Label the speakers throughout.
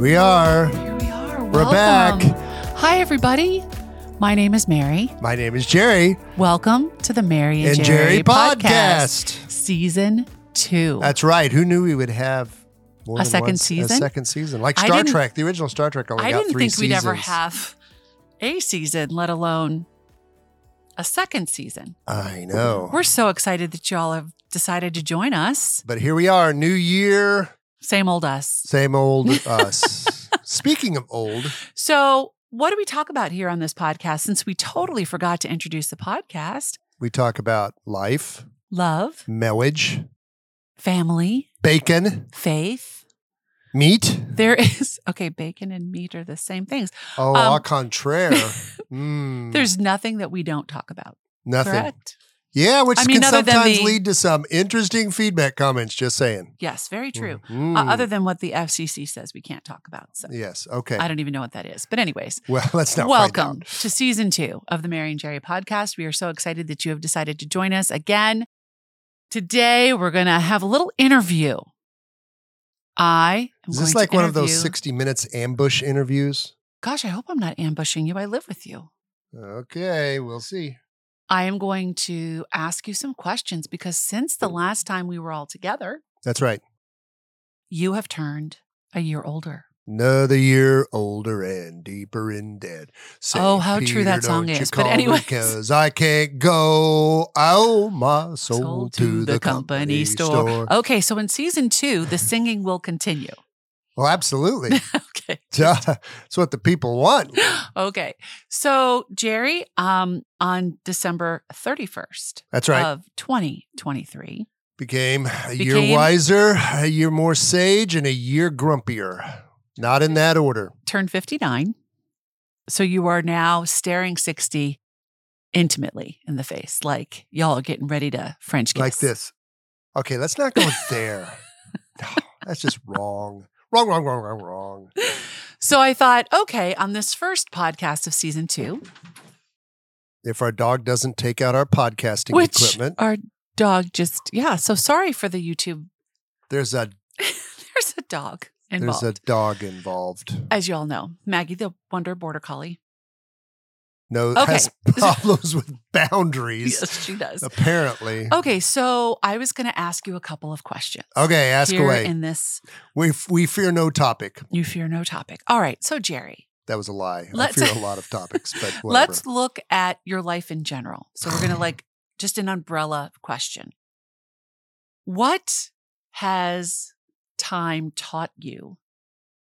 Speaker 1: we are.
Speaker 2: Here we are.
Speaker 1: We're back.
Speaker 2: Welcome. Hi, everybody. My name is Mary.
Speaker 1: My name is Jerry.
Speaker 2: Welcome to the Mary and,
Speaker 1: And Jerry podcast.
Speaker 2: season two.
Speaker 1: That's right. Who knew we would have more
Speaker 2: A
Speaker 1: than
Speaker 2: second
Speaker 1: one-
Speaker 2: season?
Speaker 1: A second season, like
Speaker 2: I
Speaker 1: Star
Speaker 2: didn't-
Speaker 1: Trek. The original Star Trek only
Speaker 2: I
Speaker 1: got
Speaker 2: didn't
Speaker 1: three
Speaker 2: think we'd ever
Speaker 1: seasons.
Speaker 2: have a season, let alone a second season.
Speaker 1: I know.
Speaker 2: We're so excited that y'all have decided to join us.
Speaker 1: but here we are. New year,
Speaker 2: Same old us.
Speaker 1: same old us. Speaking of old,
Speaker 2: So, what do we talk about here on this podcast? Since we totally forgot to introduce the podcast,
Speaker 1: we talk about life,
Speaker 2: love,
Speaker 1: marriage,
Speaker 2: family,
Speaker 1: bacon,
Speaker 2: faith.
Speaker 1: meat.
Speaker 2: There is okay, bacon and meat are the same things.
Speaker 1: Oh,
Speaker 2: Um,
Speaker 1: au contraire. Mm,
Speaker 2: There's nothing that we don't talk about.
Speaker 1: nothing.
Speaker 2: Correct?
Speaker 1: Yeah, which
Speaker 2: I mean,
Speaker 1: can
Speaker 2: other than
Speaker 1: sometimes
Speaker 2: the-
Speaker 1: lead to some interesting feedback comments. Just saying.
Speaker 2: Yes, very true.
Speaker 1: Mm,
Speaker 2: Uh, other than what the FCC says we can't talk about. So
Speaker 1: yes. Okay.
Speaker 2: I don't even know what that is. But anyways,
Speaker 1: Well, let's not. find out.
Speaker 2: welcome to season 2 of the Mary and Jerry podcast. We are so excited that you have decided to join us again. Today we're going to have a little interview. I am
Speaker 1: Is this
Speaker 2: going
Speaker 1: like
Speaker 2: to
Speaker 1: one of those
Speaker 2: interview-
Speaker 1: 60 minutes ambush interviews?
Speaker 2: Gosh, I hope I'm not ambushing you. I live with you.
Speaker 1: Okay, we'll see.
Speaker 2: I am going to ask you some questions because since the last time we were all together,
Speaker 1: That's right.
Speaker 2: you have turned a year older.
Speaker 1: Another year older and deeper in debt. Say,
Speaker 2: Oh, how true that song
Speaker 1: don't you
Speaker 2: is. But
Speaker 1: call me
Speaker 2: anyways.
Speaker 1: 'cause I can't go. I owe my soul,
Speaker 2: Sold
Speaker 1: to, the, company, store.
Speaker 2: Okay, so in season two, the singing will continue.
Speaker 1: Well, absolutely.
Speaker 2: okay.
Speaker 1: That's what the people want.
Speaker 2: Okay. So, Jerry, um, on December 31st
Speaker 1: That's right.
Speaker 2: of 2023,
Speaker 1: became a
Speaker 2: Became-
Speaker 1: year wiser, a year more sage, and a year grumpier. Not in that order.
Speaker 2: turned 59. So you are now staring 60 intimately in the face, like y'all are getting ready to French kiss.
Speaker 1: like this. Okay, let's not go there. No, that's just wrong. Wrong, wrong, wrong, wrong, wrong.
Speaker 2: So I thought, okay, on this first podcast of season two,
Speaker 1: If our dog doesn't take out our podcasting
Speaker 2: which
Speaker 1: equipment,
Speaker 2: our dog just, yeah. So sorry for the YouTube.
Speaker 1: there's a
Speaker 2: There's a dog
Speaker 1: there's
Speaker 2: involved.
Speaker 1: a dog involved.
Speaker 2: As you all know, Maggie, the Wonder Border Collie.
Speaker 1: No,
Speaker 2: Okay.
Speaker 1: has problems with boundaries.
Speaker 2: Yes, Oh, she does.
Speaker 1: Apparently.
Speaker 2: Okay, so I was going to ask you a couple of questions.
Speaker 1: Okay, ask
Speaker 2: here
Speaker 1: away.
Speaker 2: In this,
Speaker 1: we f- we fear no topic.
Speaker 2: you fear no topic. All right, so Jerry,
Speaker 1: That was a lie.
Speaker 2: Let's-
Speaker 1: I fear a lot of topics, but whatever.
Speaker 2: let's look at your life in general. So we're going to like just an umbrella question. What has time taught you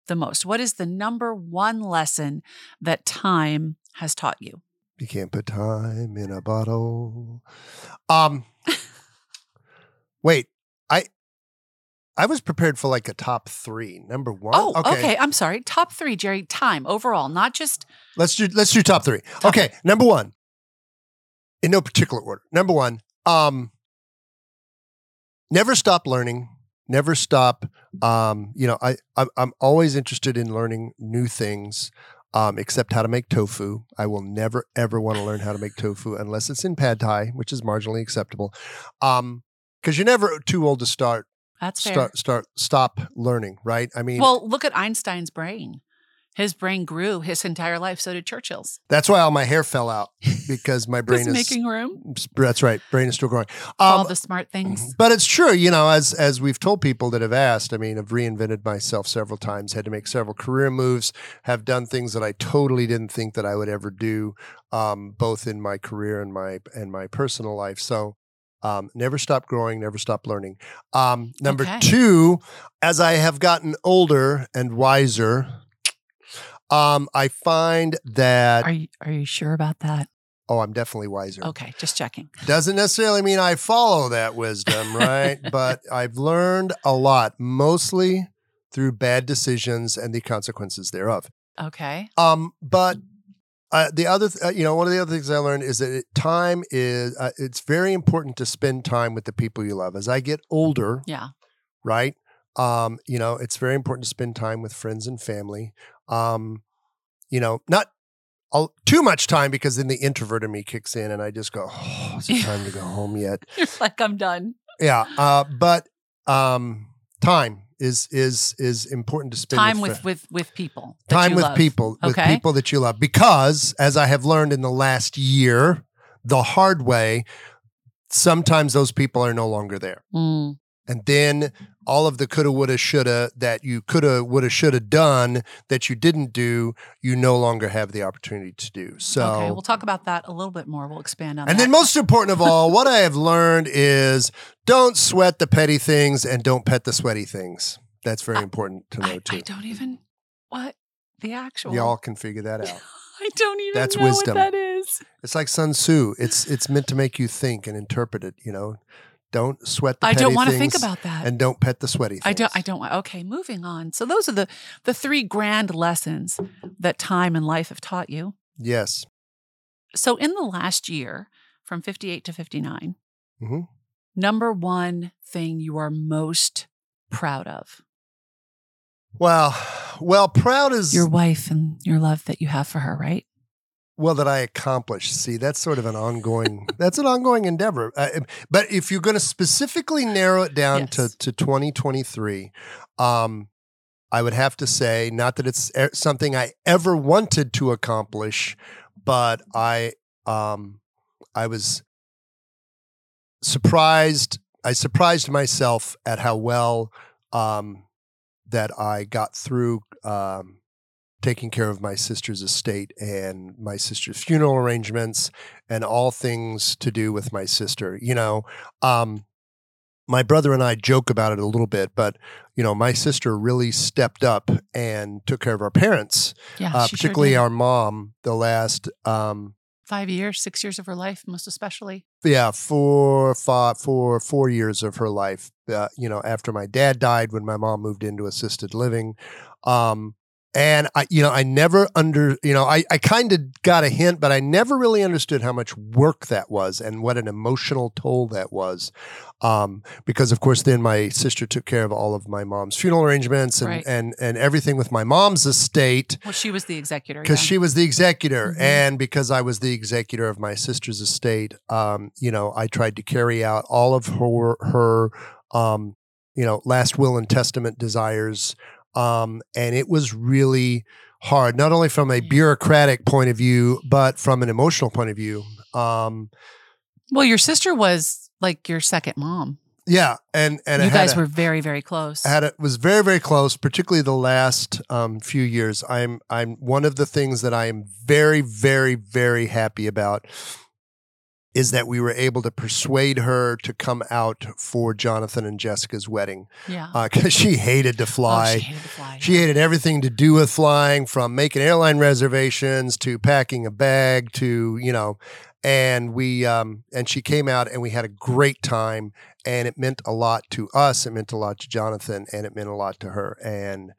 Speaker 2: the most? What is the number one lesson that time has taught you?
Speaker 1: You can't put time in a bottle. Um, wait, I, I was prepared for like a top three. Number one.
Speaker 2: Oh, okay. I'm sorry. Top three, Jerry. Time overall, not just
Speaker 1: Let's do let's do top three. okay, number one. In no particular order. Number one. Um, never stop learning. Never stop. Um, you know, I I'm, I'm always interested in learning new things. Um, except how to make tofu. I will never ever want to learn how to make tofu unless it's in pad thai, which is marginally acceptable. Um, because you're never too old to start
Speaker 2: that's fair.
Speaker 1: start start stop learning, right? I mean,
Speaker 2: Well, look at Einstein's brain. His brain grew his entire life. So did Churchill's.
Speaker 1: that's why all my hair fell out because my brain is
Speaker 2: Who's making room
Speaker 1: That's right. Brain is still growing.
Speaker 2: for all
Speaker 1: Um,
Speaker 2: the smart things.
Speaker 1: but it's true, you know, as as we've told people that have asked, I mean, I've reinvented myself several times, had to make several career moves, have done things that I totally didn't think that I would ever do, um, both in my career and my and my personal life. So um, never stop growing, never stop learning. Um, number
Speaker 2: Okay.
Speaker 1: two, as I have gotten older and wiser, um, I find that
Speaker 2: Are you, are you sure about that?
Speaker 1: oh, I'm definitely wiser.
Speaker 2: Okay, just checking.
Speaker 1: Doesn't necessarily mean I follow that wisdom, right? but I've learned a lot, mostly through bad decisions and the consequences thereof.
Speaker 2: Okay.
Speaker 1: Um, but uh, the other, th- uh, you know, one of the other things I learned is that it, time is, uh, it's very important to spend time with the people you love. As I get older,
Speaker 2: Yeah.
Speaker 1: right? Um, you know, it's very important to spend time with friends and family. Um, you know, not a, too much time because then the introvert in me kicks in and I just go, oh, is it time to go home yet?
Speaker 2: You're like, I'm done.
Speaker 1: Yeah. Uh, but um, time is is is important to spend
Speaker 2: time
Speaker 1: with,
Speaker 2: with, with, with people. that
Speaker 1: time
Speaker 2: you
Speaker 1: with
Speaker 2: love.
Speaker 1: people with
Speaker 2: Okay.
Speaker 1: people that you love because as i have learned in the last year the hard way sometimes those people are no longer there
Speaker 2: Mm,
Speaker 1: and then all of the coulda woulda shoulda that you coulda woulda shoulda done that you didn't do you no longer have the opportunity to do so
Speaker 2: okay, we'll talk about that a little bit more. We'll expand on
Speaker 1: and
Speaker 2: that.
Speaker 1: then most important of all what i have learned is don't sweat the petty things and don't pet the sweaty things that's very
Speaker 2: I-
Speaker 1: important to know
Speaker 2: I, I
Speaker 1: too
Speaker 2: don't even what the actual.
Speaker 1: y'all can figure that out
Speaker 2: I don't even
Speaker 1: That's
Speaker 2: know
Speaker 1: wisdom.
Speaker 2: what that is.
Speaker 1: It's like Sun Tzu. It's it's meant to make you think and interpret it. You know, don't sweat the.
Speaker 2: I don't
Speaker 1: petty
Speaker 2: want to think
Speaker 1: things
Speaker 2: about that.
Speaker 1: And don't pet the sweaty. Things.
Speaker 2: I don't. I don't. want- Okay, moving on. So those are the the three grand lessons that time and life have taught you.
Speaker 1: Yes.
Speaker 2: So in the last year, from fifty eight to fifty nine,
Speaker 1: Mhm.
Speaker 2: number one thing you are most proud of
Speaker 1: Well, well, proud is
Speaker 2: your wife and your love that you have for her, right?
Speaker 1: well that I accomplished. See, that's sort of an ongoing. that's an ongoing endeavor. Uh, but if you're going to specifically narrow it down
Speaker 2: Yes.
Speaker 1: to to 2023, um, I would have to say not that it's e- something I ever wanted to accomplish, but I um, I was surprised. I surprised myself at how well um, that I got through um, taking care of my sister's estate and my sister's funeral arrangements and all things to do with my sister. You know, um, my brother and I joke about it a little bit, but you know, my sister really stepped up and took care of our parents,
Speaker 2: Yeah,
Speaker 1: uh,
Speaker 2: Oh, she sure
Speaker 1: particularly
Speaker 2: did.
Speaker 1: our mom. The last um,
Speaker 2: five years, six years of her life, most especially.
Speaker 1: yeah four five four four years of her life uh, you know after my dad died when my mom moved into assisted living um and i you know i never under you know i i kind of got a hint but i never really understood how much work that was and what an emotional toll that was um because of course then my sister took care of all of my mom's funeral arrangements and
Speaker 2: Right.
Speaker 1: and and everything with my mom's estate
Speaker 2: Well, she was the executor.
Speaker 1: because
Speaker 2: yeah.
Speaker 1: she was the executor,
Speaker 2: Mhm.
Speaker 1: and because I was the executor of my sister's estate, um, you know, I tried to carry out all of her her, um, you know, last will and testament desires, um, and it was really hard, not only from
Speaker 2: Mm-hmm.
Speaker 1: a bureaucratic point of view, but from an emotional point of view. Um,
Speaker 2: Well, your sister was like your second mom.
Speaker 1: yeah, and and I
Speaker 2: you
Speaker 1: had
Speaker 2: guys
Speaker 1: a-
Speaker 2: were very, very close.
Speaker 1: had it was very very close particularly the last um, few years i'm i'm one of the things that i am very very very happy about is that we were able to persuade her to come out for jonathan and jessica's wedding
Speaker 2: yeah.
Speaker 1: because she hated to fly
Speaker 2: Oh, she hated to fly.
Speaker 1: she hated everything to do with flying from making airline reservations to packing a bag to, you know, and we, um, and she came out and we had a great time and it meant a lot to us. It meant a lot to Jonathan and it meant a lot to her. And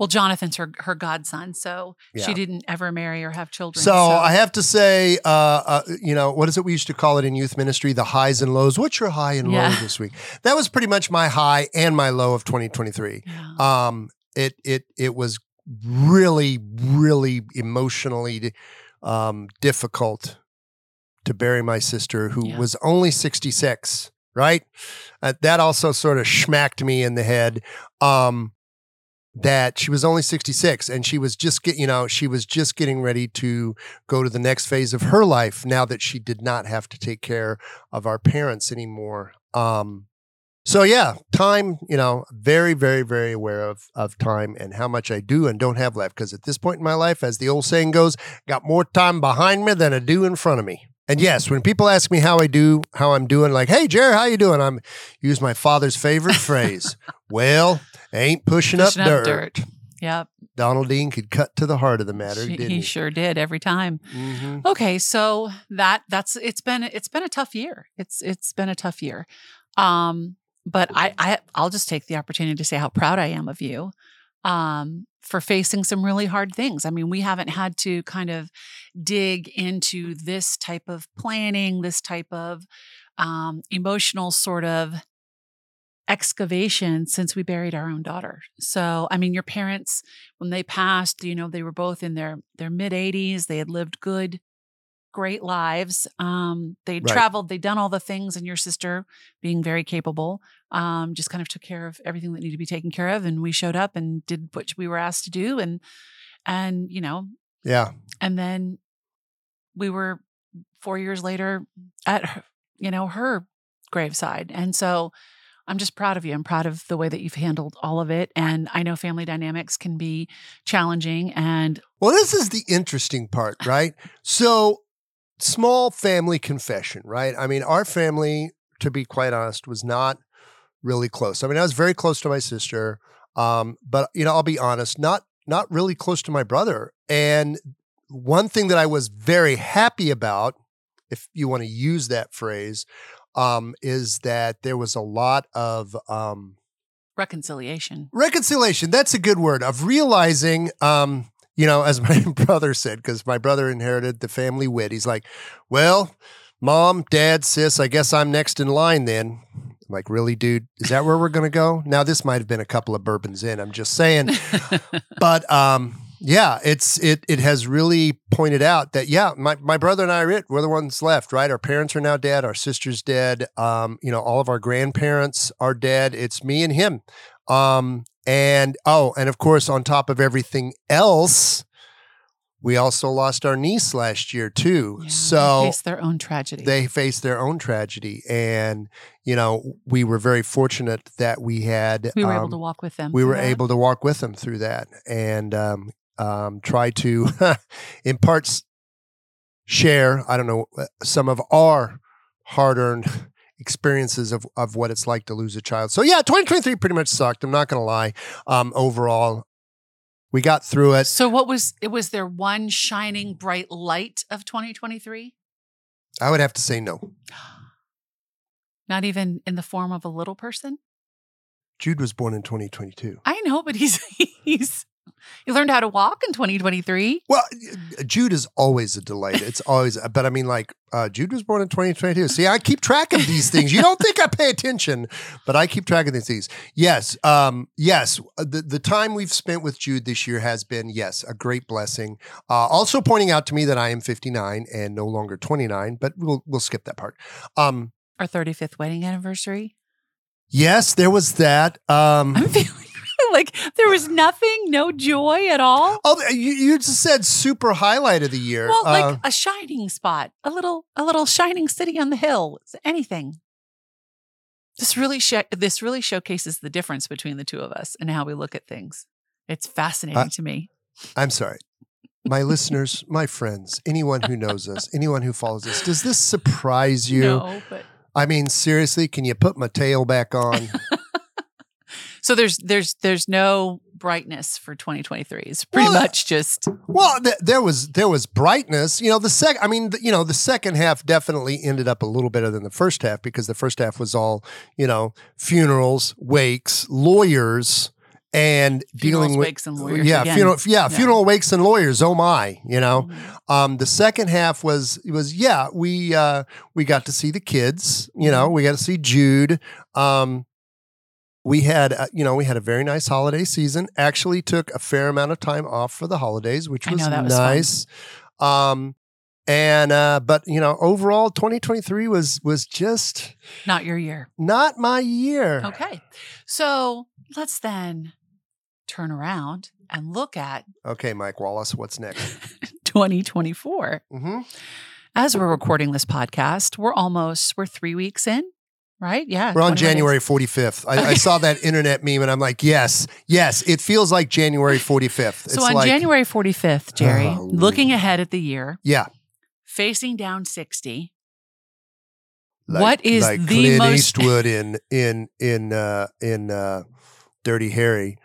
Speaker 2: well, Jonathan's her her godson, so
Speaker 1: Yeah.
Speaker 2: she didn't ever marry or have children.
Speaker 1: so I have to say, uh, uh, you know, what is it we used to call it in youth ministry? The highs and lows. What's your high and
Speaker 2: Yeah.
Speaker 1: low this week? That was pretty much my high and my low of 2023.
Speaker 2: Yeah.
Speaker 1: um it it it was really really emotionally um difficult to bury my sister who
Speaker 2: Yeah.
Speaker 1: was only 66 right uh, that also sort of smacked me in the head um that she was only 66 and she was just get you know she was just getting ready to go to the next phase of her life now that she did not have to take care of our parents anymore um so yeah, time, you know, very, very, very aware of of time and how much I do and don't have left. Because at this point in my life, as the old saying goes, got more time behind me than I do in front of me. And yes, when people ask me how I do, how I'm doing, like, hey Jerry, how you doing? I'm use my father's favorite phrase. well, ain't pushing,
Speaker 2: Pushing
Speaker 1: up,
Speaker 2: up
Speaker 1: dirt.
Speaker 2: Yep.
Speaker 1: Donald Dean could cut to the heart of the matter,
Speaker 2: She-
Speaker 1: didn't
Speaker 2: he
Speaker 1: he?
Speaker 2: sure did every time.
Speaker 1: hmm
Speaker 2: Okay, so that that's it's been it's been a tough year. It's it's been a tough year. Um, but I, I I'll just take the opportunity to say how proud I am of you um for facing some really hard things. I mean, we haven't had to kind of dig into this type of planning, this type of um emotional sort of excavation since we buried our own daughter. So, I mean, your parents when they passed, you know, they were both in their their mid 80s. They had lived good great lives. Um, they
Speaker 1: Right.
Speaker 2: traveled, they'd done all the things, and your sister, being very capable, um, just kind of took care of everything that needed to be taken care of. And we showed up and did what we were asked to do, and and you know,
Speaker 1: Yeah.
Speaker 2: and then we were four years later at her, you know her graveside, and so. I'm just proud of you. I'm proud of the way that you've handled all of it. And I know family dynamics can be challenging and
Speaker 1: Well, this is the interesting part, right? So, small family confession, right? I mean, our family, to be quite honest, was not really close. I mean, I was very close to my sister, um, but you know, I'll be honest, not not really close to my brother. And one thing that I was very happy about, if you want to use that phrase, um, is that there was a lot of um,
Speaker 2: reconciliation.
Speaker 1: reconciliation that's a good word of realizing um you know as my brother said because my brother inherited the family wit he's like well mom dad sis i guess i'm next in line then I'm like really dude is that where we're gonna go now this might have been a couple of bourbons in i'm just saying but um yeah it's it it has really pointed out that yeah my, my brother and i are it we're the ones left right our parents are now dead our sister's dead um you know all of our grandparents are dead it's me and him um and oh and of course on top of everything else we also lost our niece last year too
Speaker 2: Yeah,
Speaker 1: so
Speaker 2: they face their own tragedy.
Speaker 1: they faced their own tragedy and you know we were very fortunate that we had
Speaker 2: we were able
Speaker 1: um,
Speaker 2: to walk with them.
Speaker 1: we
Speaker 2: through
Speaker 1: were
Speaker 2: that.
Speaker 1: able to walk with them through that and um, um, try to in parts share i don't know uh, some of our hard-earned experiences of, of what it's like to lose a child so yeah 2023 pretty much sucked i'm not gonna lie um, overall we got through it
Speaker 2: So, what was it? Was there one shining bright light of 2023?
Speaker 1: i would have to say no
Speaker 2: Not even in the form of a little person.
Speaker 1: jude was born in 2022
Speaker 2: I know, but he's he's he learned how to walk in 2023.
Speaker 1: Well, Jude is always a delight. It's always, but I mean, like, uh, Jude was born in 2022. See, I keep track of these things. You don't think I pay attention, but I keep track of these things. Yes, um, yes. The, the time we've spent with Jude this year has been, yes, a great blessing. Uh, also pointing out to me that I am 59 and no longer 29, but we'll, we'll skip that part. Um,
Speaker 2: Our 35th wedding anniversary.
Speaker 1: yes, there was that. Um,
Speaker 2: I'm feeling like there was nothing, no joy at all.
Speaker 1: oh, you, you just said super highlight of the year.
Speaker 2: Well,
Speaker 1: Uh,
Speaker 2: like a shining spot, a little, a little shining city on the hill. It's Anything. This really, sho this really showcases the difference between the two of us and how we look at things. It's
Speaker 1: Uh,
Speaker 2: fascinating
Speaker 1: I-
Speaker 2: to me.
Speaker 1: I'm sorry. My listeners, my friends, anyone who knows us, anyone who follows us, does this surprise you?
Speaker 2: no, but
Speaker 1: I mean, seriously, can you put my tail back on?
Speaker 2: so there's, there's, there's no brightness for 2023. It's pretty
Speaker 1: Well,
Speaker 2: much just
Speaker 1: well, th- there was there was brightness. You know, the sec. I mean, th- you know, the second half definitely ended up a little better than the first half because the first half was all you know funerals, wakes, lawyers, and
Speaker 2: funerals,
Speaker 1: dealing with uh,
Speaker 2: wakes, and lawyers.
Speaker 1: yeah,
Speaker 2: again.
Speaker 1: funeral, yeah,
Speaker 2: Yeah.
Speaker 1: funeral wakes and lawyers. Oh my, you know.
Speaker 2: Mhm.
Speaker 1: Um, the second half was was yeah we uh, we got to see the kids you
Speaker 2: Mm-hmm.
Speaker 1: know we got to see Jude um, we had uh, you know we had a very nice holiday season actually took a fair amount of time off for the holidays which
Speaker 2: I
Speaker 1: was
Speaker 2: know, that was fun.
Speaker 1: nice um, and uh, but you know overall 2023 was was just
Speaker 2: Not your year.
Speaker 1: not my year
Speaker 2: Okay. So let's then turn around and look at
Speaker 1: okay Mike Wallace what's next
Speaker 2: 2024.
Speaker 1: hmm
Speaker 2: as we're recording this podcast, we're almost we're three weeks in, right? Yeah,
Speaker 1: we're on
Speaker 2: 21 days.
Speaker 1: January 45th I, I
Speaker 2: Okay.
Speaker 1: saw that internet meme and I'm like yes yes it feels like January 45th
Speaker 2: So on
Speaker 1: like,
Speaker 2: January forty fifth, Jerry,
Speaker 1: Oh.
Speaker 2: looking ahead at the year,
Speaker 1: yeah
Speaker 2: facing down sixty.
Speaker 1: like-
Speaker 2: what is
Speaker 1: like
Speaker 2: the
Speaker 1: Clint
Speaker 2: most?
Speaker 1: Eastwood in in in uh, in uh, Dirty Harry?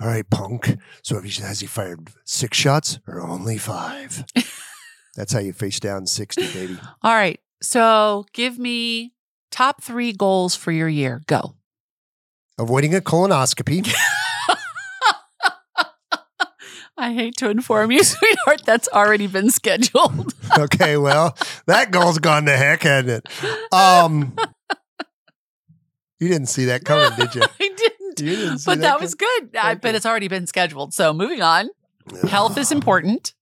Speaker 1: All right, punk. So if he has he fired six shots or only five? That's how you face down sixty, baby.
Speaker 2: All right, so give me top three goals for your year. Go.
Speaker 1: Avoiding a colonoscopy.
Speaker 2: I hate to inform you, sweetheart. That's already been scheduled.
Speaker 1: Okay, well that goal's gone to heck, hasn't it? Um, you didn't see that coming, did you?
Speaker 2: I didn't,
Speaker 1: You didn't see
Speaker 2: but that
Speaker 1: that
Speaker 2: was good. I,
Speaker 1: Thank
Speaker 2: but
Speaker 1: you.
Speaker 2: it's already been scheduled. So moving on, health is important.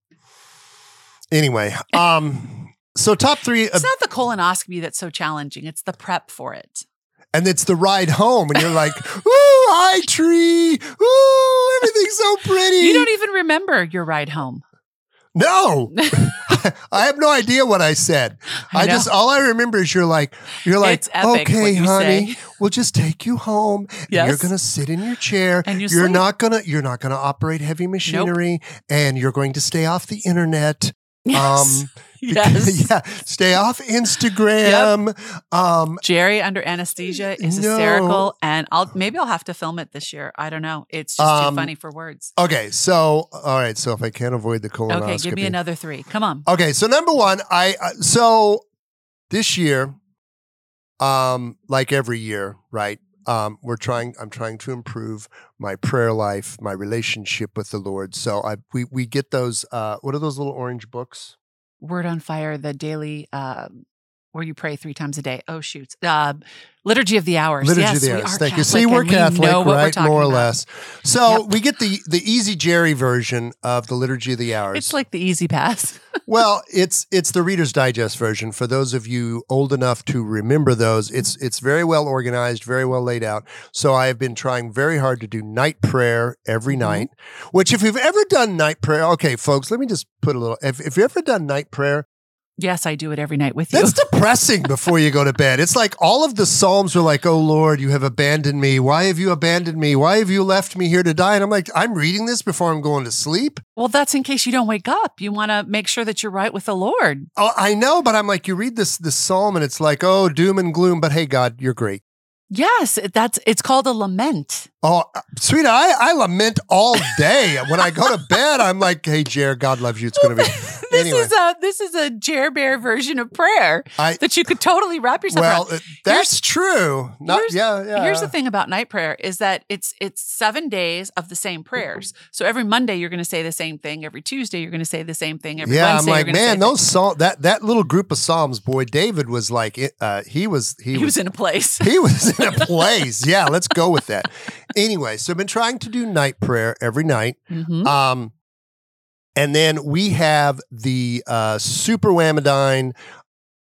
Speaker 1: Anyway, um, So top three, uh,
Speaker 2: It's not the colonoscopy that's so challenging, it's the prep for it.
Speaker 1: and it's the ride home, and you're like, "Ooh, high tree! Ooh, everything's so pretty."
Speaker 2: You don't e- even remember your ride home.
Speaker 1: no, I have no idea what I said. I,
Speaker 2: know.
Speaker 1: just all I remember is you're like, you're like,
Speaker 2: It's epic
Speaker 1: "Okay,
Speaker 2: what you
Speaker 1: honey,
Speaker 2: say."
Speaker 1: we'll just take you home. And you're
Speaker 2: Yes.
Speaker 1: gonna sit in your chair.
Speaker 2: And you
Speaker 1: You're
Speaker 2: sleep.
Speaker 1: not gonna you're not gonna operate heavy machinery, and you're going to stay off the internet.
Speaker 2: Yes.
Speaker 1: Um,
Speaker 2: yes.
Speaker 1: yeah, stay off Instagram. Um,
Speaker 2: Jerry under anesthesia is
Speaker 1: No.
Speaker 2: hysterical, and I'll maybe I'll have to film it this year. I don't know. It's just
Speaker 1: Um,
Speaker 2: too funny for words.
Speaker 1: okay, so all right, so if I can't avoid the colonoscopy, Uh,
Speaker 2: Okay, give me another three. Come on.
Speaker 1: Okay, so number one, I uh, so this year, um, like every year, right? Um, we're trying. I'm trying to improve my prayer life, my relationship with the Lord. So I we we get those. Uh, what are those little orange books?
Speaker 2: Word on Fire, the daily um, where you pray three times a day. Oh shoot, uh, Liturgy of the Hours.
Speaker 1: Liturgy
Speaker 2: yes,
Speaker 1: of the
Speaker 2: we
Speaker 1: Hours.
Speaker 2: are
Speaker 1: Thank you. See,
Speaker 2: Catholic,
Speaker 1: we're
Speaker 2: and we
Speaker 1: Catholic,
Speaker 2: know what we're
Speaker 1: right?
Speaker 2: talking
Speaker 1: More or
Speaker 2: about.
Speaker 1: less. So
Speaker 2: Yep.
Speaker 1: we get the the Easy Jerry version of the Liturgy of the Hours.
Speaker 2: It's like the easy pass.
Speaker 1: well, it's it's the Reader's Digest version. For those of you old enough to remember those, it's it's very well organized, very well laid out. So I have been trying very hard to do night prayer every
Speaker 2: Mhm.
Speaker 1: night. Which, if you've ever done night prayer, okay, folks, let me just put a little. If, if you've ever done night prayer,
Speaker 2: Yes, I do it every night with you.
Speaker 1: that's depressing before you go to bed. It's like all of the psalms were like, "Oh Lord, you have abandoned me. Why have you abandoned me? Why have you left me here to die?" And I'm like, I'm reading this before I'm going to sleep.
Speaker 2: well, that's in case you don't wake up. You want to make sure that you're right with the Lord.
Speaker 1: Oh, I know, but I'm like, you read this this psalm and it's like, oh, doom and gloom, but hey, God, you're great.
Speaker 2: Yes, it- that's it's called a lament.
Speaker 1: Oh, sweetie, I, I lament all day. when I go to bed, I'm like, hey, Jer, God loves you. It's going to be.
Speaker 2: this
Speaker 1: Anyway.
Speaker 2: is a this is a Jer Bear version of prayer
Speaker 1: I-
Speaker 2: that you could totally wrap yourself
Speaker 1: Well,
Speaker 2: around.
Speaker 1: uh, that's true. Not,
Speaker 2: here's-
Speaker 1: yeah, yeah.
Speaker 2: Here's the thing about night prayer is that it's it's seven days of the same prayers. So every Monday you're going to say the same thing. Every Tuesday you're going to say the same thing. Every
Speaker 1: yeah,
Speaker 2: Wednesday
Speaker 1: I'm like,
Speaker 2: you're gonna
Speaker 1: man,
Speaker 2: say
Speaker 1: those psalm that that little group of psalms, boy, David was like, it- uh, he was he,
Speaker 2: he,
Speaker 1: was
Speaker 2: was in a place.
Speaker 1: he was in a place. Yeah, let's go with that. Anyway, so I've been trying to do night prayer every night.
Speaker 2: Mhm.
Speaker 1: Um, and then we have the uh, Super Whamadine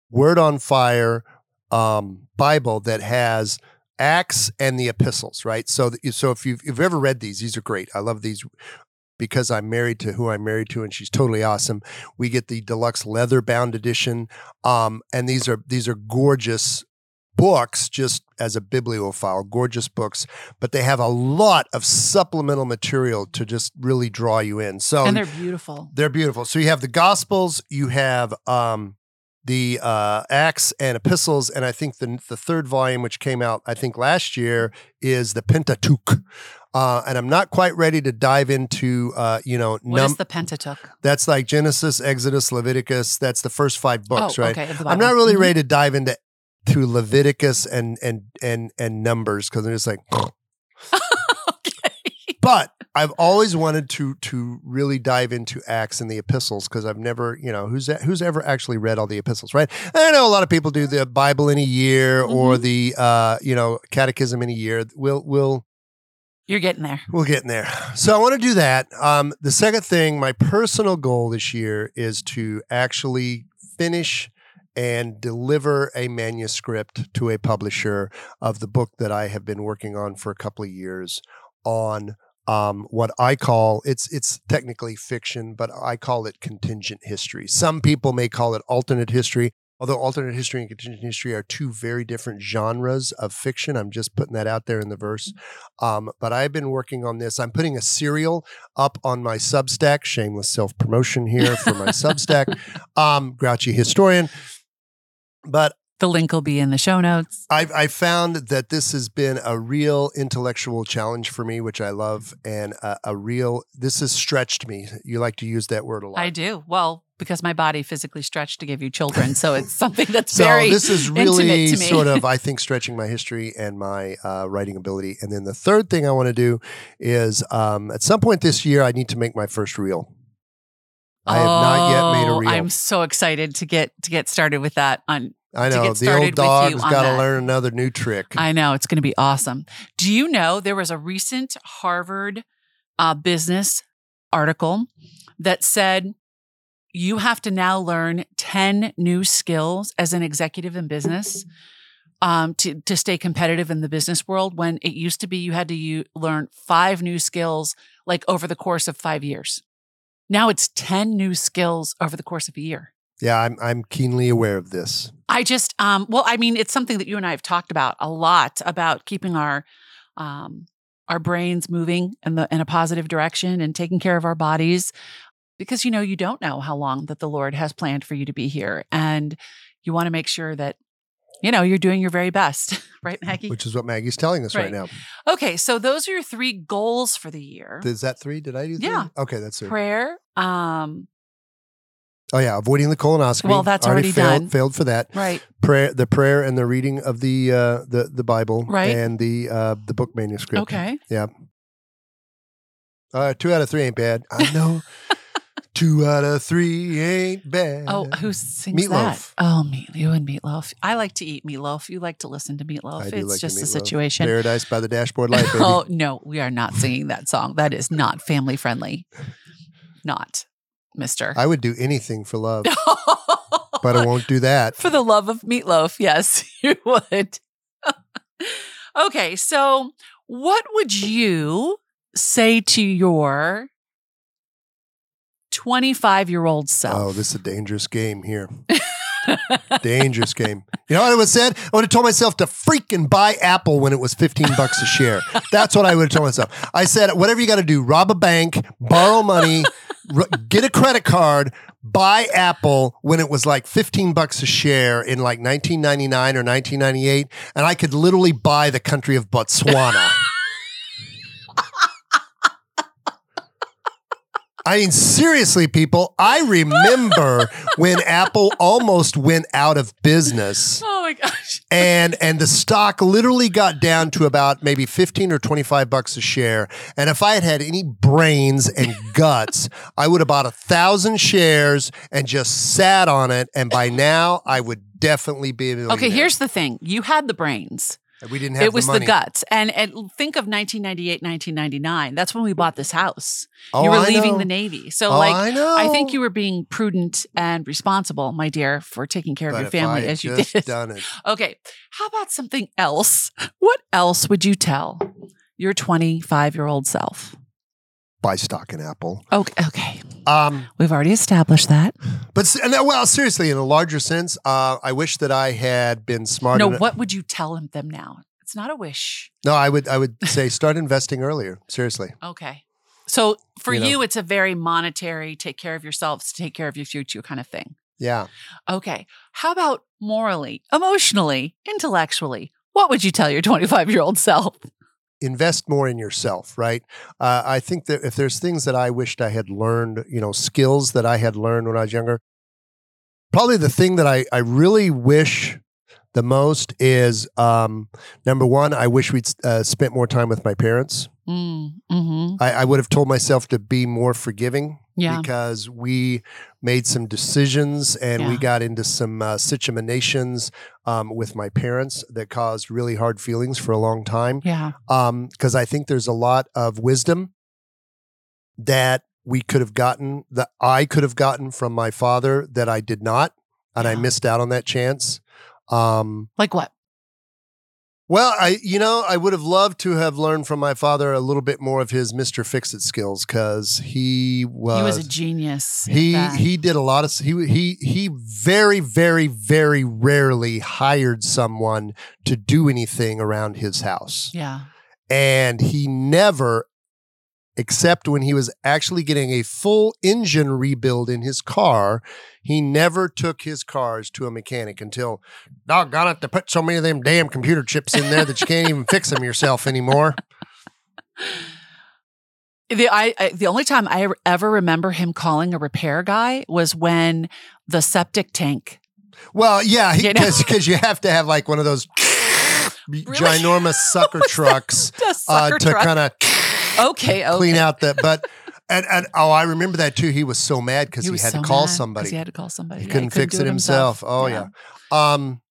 Speaker 1: Word on Fire um, Bible that has Acts and the Epistles, right? So, th- so if you've, if you've ever read these, these are great. I love these because I'm married to who I'm married to, and she's totally awesome. We get the deluxe leather bound edition, um, and these are these are gorgeous books. Just as a bibliophile, gorgeous books, but they have a lot of supplemental material to just really draw you in. So
Speaker 2: and they're beautiful.
Speaker 1: they're beautiful. So you have the Gospels, you have um, the uh, Acts and Epistles, and I think the the third volume, which came out I think last year, is the Pentateuch. Uh, and I'm not quite ready to dive into uh, you know
Speaker 2: What is
Speaker 1: num-
Speaker 2: the Pentateuch?
Speaker 1: that's like Genesis, Exodus, Leviticus. That's the first five books,
Speaker 2: oh,
Speaker 1: right?
Speaker 2: okay. of the
Speaker 1: I'm
Speaker 2: Bible.
Speaker 1: not really
Speaker 2: Mhm.
Speaker 1: ready to dive into to Leviticus and and and and Numbers because I'm just like.
Speaker 2: okay.
Speaker 1: but I've always wanted to to really dive into Acts and the epistles because I've never, you know, who's who's ever actually read all the epistles, right? And I know a lot of people do the Bible in a year or the uh, you know Catechism in a year. We'll we'll
Speaker 2: You're getting there.
Speaker 1: we'll get in there. So I want to do that. Um, the second thing, my personal goal this year is to actually finish and deliver a manuscript to a publisher of the book that I have been working on for a couple of years on um, what I call it's it's technically fiction, but I call it contingent history. Some people may call it alternate history. Although alternate history and contingent history are two very different genres of fiction, I'm just putting that out there in the verse. Um, but I've been working on this. I'm putting a serial up on my Substack. Shameless self promotion here for my Substack. Um, Grouchy historian. But
Speaker 2: The link will be in the show notes.
Speaker 1: I I found that this has been a real intellectual challenge for me, which I love, and a, a real this has stretched me. You like to use that word a lot.
Speaker 2: I do. Well, because my body physically stretched to give you children, so it's something that's
Speaker 1: so
Speaker 2: very
Speaker 1: this is
Speaker 2: intimate
Speaker 1: really
Speaker 2: to me.
Speaker 1: sort of I think stretching my history and my uh, writing ability. And then the third thing I want to do is um, at some point this year I need to make my first reel. I have not yet made a
Speaker 2: Oh,
Speaker 1: reel.
Speaker 2: I'm so excited to get to get started with that. On
Speaker 1: I
Speaker 2: To
Speaker 1: know
Speaker 2: get
Speaker 1: the
Speaker 2: started
Speaker 1: old
Speaker 2: with you
Speaker 1: dog's
Speaker 2: on
Speaker 1: got to
Speaker 2: that.
Speaker 1: learn another new trick.
Speaker 2: I know it's going to be awesome. Do you know there was a recent Harvard uh, business article that said you have to now learn 10 new skills as an executive in business um, to, to stay competitive in the business world when it used to be you had to u- learn five new skills like over the course of five years. Now it's 10 new skills over the course of a year.
Speaker 1: Yeah, I'm I'm keenly aware of this.
Speaker 2: I just, um, well, I mean, it's something that you and I have talked about a lot about keeping our, um, our brains moving in the in a positive direction and taking care of our bodies, because you know you don't know how long that the Lord has planned for you to be here, and you want to make sure that, you know, you're doing your very best, right, Maggie?
Speaker 1: Which is what Maggie's telling us right,
Speaker 2: Right.
Speaker 1: now.
Speaker 2: Okay, so those are your three goals for the year:
Speaker 1: Is that three? Did I do three?
Speaker 2: Yeah.
Speaker 1: Okay, that's three.
Speaker 2: prayer, um,
Speaker 1: Oh yeah, avoiding the colonoscopy.
Speaker 2: Well, that's already
Speaker 1: failed,
Speaker 2: done.
Speaker 1: Failed for that.
Speaker 2: right,
Speaker 1: Prayer, the prayer, and the reading of the uh, the the Bible,
Speaker 2: Right.
Speaker 1: and the uh, the book manuscript.
Speaker 2: okay,
Speaker 1: Uh, two out of three ain't bad. I know. two out of three ain't bad.
Speaker 2: Oh, who sings
Speaker 1: Mm-hmm. Meatloaf.
Speaker 2: that? Oh, meat, you and meatloaf. I like to eat meatloaf. You like to listen to meatloaf.
Speaker 1: I do
Speaker 2: It's
Speaker 1: like the
Speaker 2: just the
Speaker 1: Meatloaf.
Speaker 2: situation.
Speaker 1: Paradise by the dashboard light, baby.
Speaker 2: Oh no, we are not singing that song. That is not family friendly. Not, Mister.
Speaker 1: I would do anything for love, but I won't do that.
Speaker 2: For the love of meatloaf, yes, you would. okay, so what would you say to your twenty-five-year-old
Speaker 1: Oh,
Speaker 2: self?
Speaker 1: this is a dangerous game here. dangerous game. You know what I would have said? I would have told myself to freaking buy Apple when it was 15 bucks a share. That's what I would have told myself. I said, whatever you got to do, rob a bank, borrow money, r- get a credit card, buy Apple when it was like 15 bucks a share in like 1999 or 1998. And I could literally buy the country of Botswana. I mean, seriously, people, I remember when Apple almost went out of business
Speaker 2: oh my gosh.
Speaker 1: and and the stock literally got down to about maybe 15 or 25 bucks a share and if i had had any brains and guts i would have bought a thousand shares and just sat on it and by now i would definitely be a millionaire.
Speaker 2: Okay, here's the thing. You had the brains.
Speaker 1: we didn't have
Speaker 2: it was
Speaker 1: the
Speaker 2: the,
Speaker 1: money
Speaker 2: guts. And, and think of 1998, 1999. That's when we bought this house.
Speaker 1: oh,
Speaker 2: you were
Speaker 1: I
Speaker 2: leaving the
Speaker 1: know.
Speaker 2: Navy. So,
Speaker 1: Oh,
Speaker 2: like,
Speaker 1: I, know.
Speaker 2: I think you were being prudent and responsible, my dear, for taking care
Speaker 1: but
Speaker 2: of your
Speaker 1: if I
Speaker 2: family
Speaker 1: had
Speaker 2: as you
Speaker 1: just
Speaker 2: did.
Speaker 1: done it
Speaker 2: Okay. How about something else? What else would you tell your 25 year old self?
Speaker 1: buy stock in apple
Speaker 2: Okay. Okay.
Speaker 1: um
Speaker 2: We've already established that.
Speaker 1: but s- no, well seriously in a larger sense uh i wish that i had been smarter
Speaker 2: No,
Speaker 1: than-
Speaker 2: what would you tell him- them now? It's not a wish.
Speaker 1: no i would i would say start investing earlier seriously
Speaker 2: Okay. So for
Speaker 1: You
Speaker 2: you,
Speaker 1: know.
Speaker 2: it's a very monetary, take care of yourselves, take care of your future kind of thing.
Speaker 1: yeah
Speaker 2: Okay. How about morally, emotionally, intellectually? What would you tell your 25 year old self?
Speaker 1: invest more in yourself right uh, i think that if there's things that i wished i had learned you know skills that i had learned when i was younger probably the thing that i, I really wish the most is um, number one i wish we'd uh, spent more time with my parents
Speaker 2: Mm, hmm
Speaker 1: i, I would have told myself to be more forgiving
Speaker 2: Yeah.
Speaker 1: because we made some decisions and we
Speaker 2: Yeah.
Speaker 1: got into some uh, situations um, with my parents that caused really hard feelings for a long time
Speaker 2: Yeah.
Speaker 1: because um, I think there's a lot of wisdom that we could have gotten, that I could have gotten from my father that I did not, and I
Speaker 2: Yeah.
Speaker 1: missed out on that chance. Um,
Speaker 2: Like what?
Speaker 1: well, I, you know, I would have loved to have learned from my father a little bit more of his Mister Fix It skills because he was
Speaker 2: he was a genius. at
Speaker 1: he
Speaker 2: that.
Speaker 1: he did a lot of he he he very very very rarely hired someone to do anything around his house
Speaker 2: Yeah.
Speaker 1: and he never except when he was actually getting a full engine rebuild in his car he never took his cars to a mechanic until doggone it they put so many of them damn computer chips in there that you can't even fix them yourself anymore
Speaker 2: The I, I the only time I ever remember him calling a repair guy was when the septic tank
Speaker 1: well yeah
Speaker 2: You know?
Speaker 1: because you have to have like one of those ginormous sucker trucks
Speaker 2: Just
Speaker 1: uh,
Speaker 2: sucker
Speaker 1: to
Speaker 2: truck.
Speaker 1: kind of
Speaker 2: okay, okay.
Speaker 1: clean out the but and, and oh i remember that too he was so mad because he,
Speaker 2: was
Speaker 1: had
Speaker 2: so
Speaker 1: to call
Speaker 2: mad 'cause
Speaker 1: somebody
Speaker 2: He had to call somebody.
Speaker 1: he
Speaker 2: Yeah,
Speaker 1: couldn't fix
Speaker 2: do
Speaker 1: it himself. Oh yeah. Um,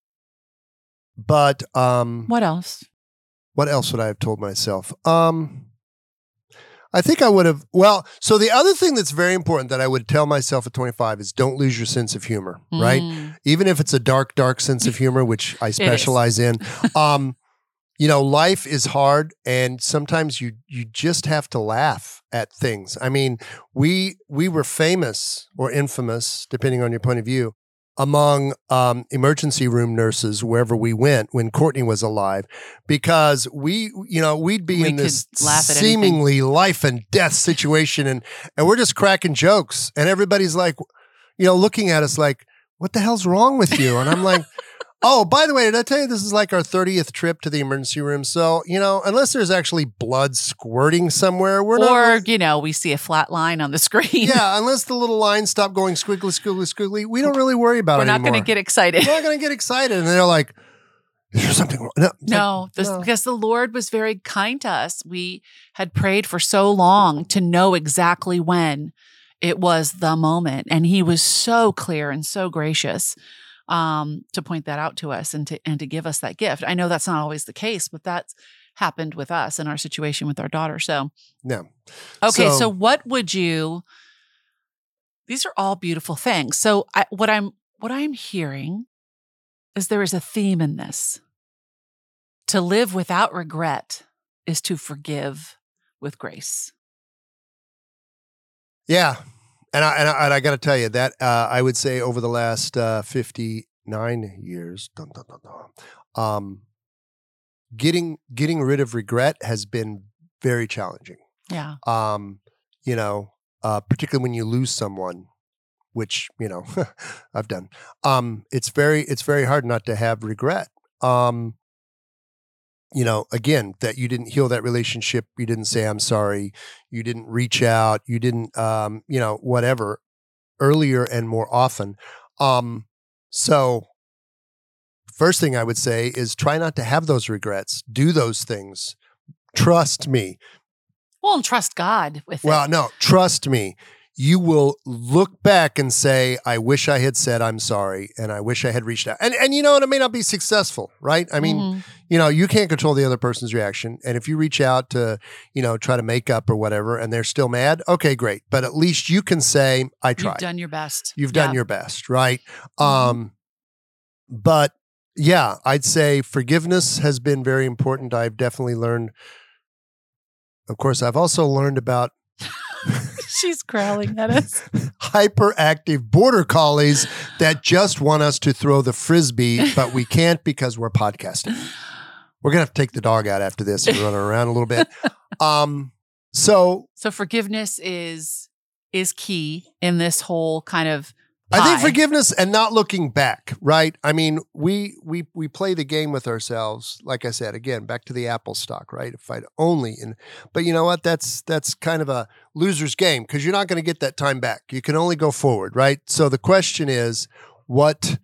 Speaker 1: but um, what?
Speaker 2: What else?
Speaker 1: else would I have told myself? Um, I think I would have. Well, so the other thing that's very important that I would tell myself at 25 is don't lose your sense of humor, right?
Speaker 2: Mm.
Speaker 1: Even if it's a dark, dark sense of humor, which I specialize in. Um, you know, life is hard, and sometimes you you just have to laugh at things. I mean, we we were famous or infamous, depending on your point of view, among um, emergency room nurses wherever we went when Courtney was alive, because we you know we'd be
Speaker 2: We
Speaker 1: in
Speaker 2: could
Speaker 1: this
Speaker 2: laugh at anything.
Speaker 1: seemingly life and death situation, and and we're just cracking jokes, and everybody's like, you know, looking at us like, what the hell's wrong with you? And I'm like. Oh, by the way, did I tell you this is like our 30th trip to the emergency room? So, you know, unless there's actually blood squirting somewhere, we're not.
Speaker 2: Or, you know, we see a flat line on the screen.
Speaker 1: Yeah, unless the little lines stop going squiggly, squiggly, squiggly, we don't really worry about
Speaker 2: We're
Speaker 1: it
Speaker 2: not going to
Speaker 1: anymore.
Speaker 2: get excited.
Speaker 1: We're not going to get excited. And they're like, is there something wrong? No. it's like,
Speaker 2: No, this,
Speaker 1: no.
Speaker 2: because the Lord was very kind to us. We had prayed for so long to know exactly when it was the moment, and He was so clear and so gracious um, to point that out to us and to and to give us that gift. I know that's not always the case, but that's happened with us in our situation with our daughter. So
Speaker 1: No.
Speaker 2: okay, so,
Speaker 1: So-
Speaker 2: what would you? These are all beautiful things. So I, what I'm what I'm hearing is there is a theme in this. To live without regret is to forgive with grace.
Speaker 1: Yeah. And I, and I, and I got to tell you that uh, I would say over the last uh, 59 years, dun, dun, dun, dun, um, getting, getting rid of regret has been very challenging.
Speaker 2: Yeah.
Speaker 1: um, you know, uh, particularly when you lose someone, which you know I've done. Um, it's very it's very hard not to have regret. Um, you know, again, that you didn't heal that relationship, you didn't say I'm sorry, you didn't reach out, you didn't, um, you know, whatever, earlier and more often. Um, so. First thing I would say is try not to have those regrets. Do those things. Trust me.
Speaker 2: Well, and trust God with
Speaker 1: Well,
Speaker 2: it.
Speaker 1: no, trust me. You will look back and say, I wish I had said I'm sorry and I wish I had reached out. And and you know, and it may not be successful, right? I mean,
Speaker 2: Mhm.
Speaker 1: you know, you can't control the other person's reaction. And if you reach out to, you know, try to make up or whatever and they're still mad, okay, great. But at least you can say, I tried
Speaker 2: you've done your best.
Speaker 1: you've done your best right um but yeah i'd say forgiveness has been very important i've definitely learned of course i've also learned about
Speaker 2: She's growling at us.
Speaker 1: hyperactive border collies that just want us to throw the frisbee but we can't because we're podcasting we're gonna have to take the dog out after this and run her around a little bit um so
Speaker 2: So forgiveness is is key in this whole kind of
Speaker 1: I think
Speaker 2: pie.
Speaker 1: forgiveness and not looking back, right? I mean, we we we play the game with ourselves. Like I said, again, back to the Apple stock, right? If I'd only and but you know what? That's that's kind of a loser's game because you're not going to get that time back. You can only go forward, right? So the question is, what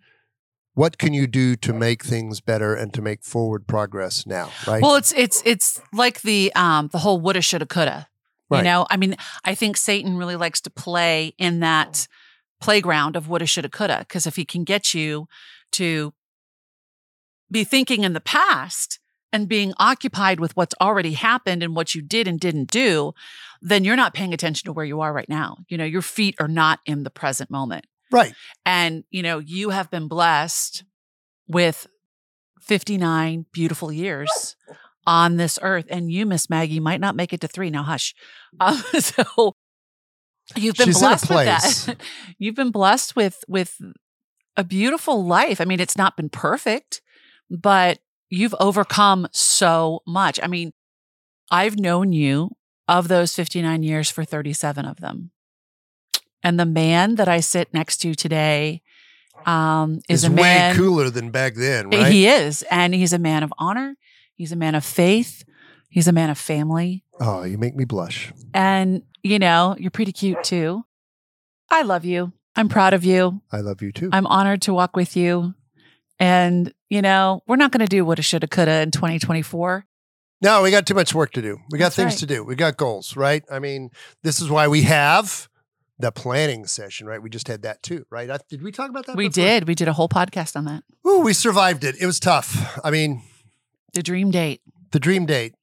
Speaker 1: what can you do to make things better and to make forward progress now, right?
Speaker 2: Well, it's it's it's like the um the whole woulda shoulda coulda. You
Speaker 1: Right.
Speaker 2: know, I mean, I think Satan really likes to play in that playground of woulda shoulda coulda because if he can get you to be thinking in the past and being occupied with what's already happened and what you did and didn't do, then you're not paying attention to where you are right now. You know, your feet are not in the present moment.
Speaker 1: right.
Speaker 2: And, you know, you have been blessed with 59 beautiful years on this earth. And you, Miss Maggie, might not make it to three. Now, hush. Um, so you've been
Speaker 1: She's in a
Speaker 2: blessed with
Speaker 1: place.
Speaker 2: that. you've been blessed with, with a beautiful life. I mean, it's not been perfect, but you've overcome so much. I mean, I've known you of those 59 years for 37 of them. And the man that I sit next to today um, is
Speaker 1: It's
Speaker 2: a
Speaker 1: way
Speaker 2: man.
Speaker 1: cooler than back then, right?
Speaker 2: He is. And he's a man of honor. He's a man of faith. He's a man of family.
Speaker 1: oh, you make me blush.
Speaker 2: And, you know, you're pretty cute too. I love you. I'm proud of you.
Speaker 1: I love you too.
Speaker 2: I'm honored to walk with you. And, you know, we're not going to do what a shoulda, coulda in 2024.
Speaker 1: No, we got too much work to do. We got
Speaker 2: That's
Speaker 1: things
Speaker 2: right.
Speaker 1: to do. We got goals, right? I mean, this is why we have the planning session, right? We just had that too, right? I, did we talk about that?
Speaker 2: We
Speaker 1: before?
Speaker 2: did. We did a whole podcast on that.
Speaker 1: Ooh, we survived it. It was tough. I mean,
Speaker 2: The dream date.
Speaker 1: the dream date.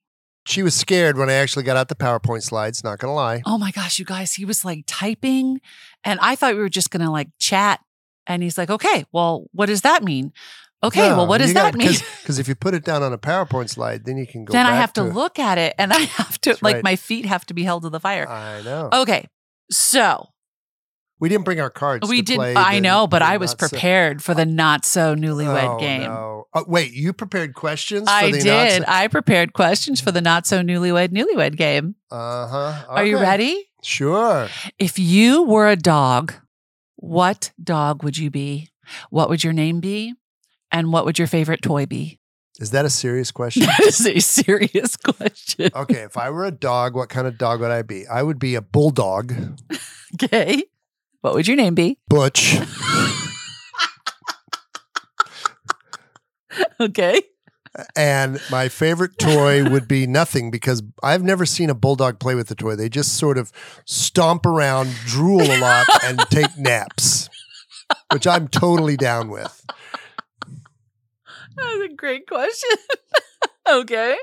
Speaker 1: She was scared when I actually got out the PowerPoint slides, not gonna lie.
Speaker 2: Oh my gosh, you guys, he was like typing and I thought we were just going to like chat and he's like, "Okay, well, what does that mean?" Okay, well, what does that mean?
Speaker 1: Because if you put it down on a PowerPoint slide, then you can go
Speaker 2: Then I
Speaker 1: back
Speaker 2: have to, look at it and I have to
Speaker 1: That's
Speaker 2: like
Speaker 1: right. Uh,
Speaker 2: my feet have to be held to the fire.
Speaker 1: I know.
Speaker 2: Okay. So,
Speaker 1: we didn't bring our cards.
Speaker 2: we
Speaker 1: to
Speaker 2: did
Speaker 1: play
Speaker 2: I
Speaker 1: the-
Speaker 2: know, but
Speaker 1: the
Speaker 2: I was
Speaker 1: not so-
Speaker 2: prepared for the not so newlywed
Speaker 1: Oh,
Speaker 2: game.
Speaker 1: no. Oh, wait, you prepared questions?
Speaker 2: I
Speaker 1: for the not
Speaker 2: did. I prepared questions for the not so newlywed newlywed game.
Speaker 1: So- uh-huh.
Speaker 2: Are you
Speaker 1: Okay.
Speaker 2: ready?
Speaker 1: Sure.
Speaker 2: If you were a dog, what dog would you be? What would your name be? And what would your favorite toy be?
Speaker 1: Is that a serious question?
Speaker 2: That is a serious question.
Speaker 1: okay, if I were a dog, what kind of dog would I be? I would be a bulldog,
Speaker 2: Okay. What would your name be?
Speaker 1: butch,
Speaker 2: Okay.
Speaker 1: and my favorite toy would be nothing because I've never seen a bulldog play with a toy. They just sort of stomp around, drool a lot, and take naps, which I'm totally down with.
Speaker 2: That was a great question. okay.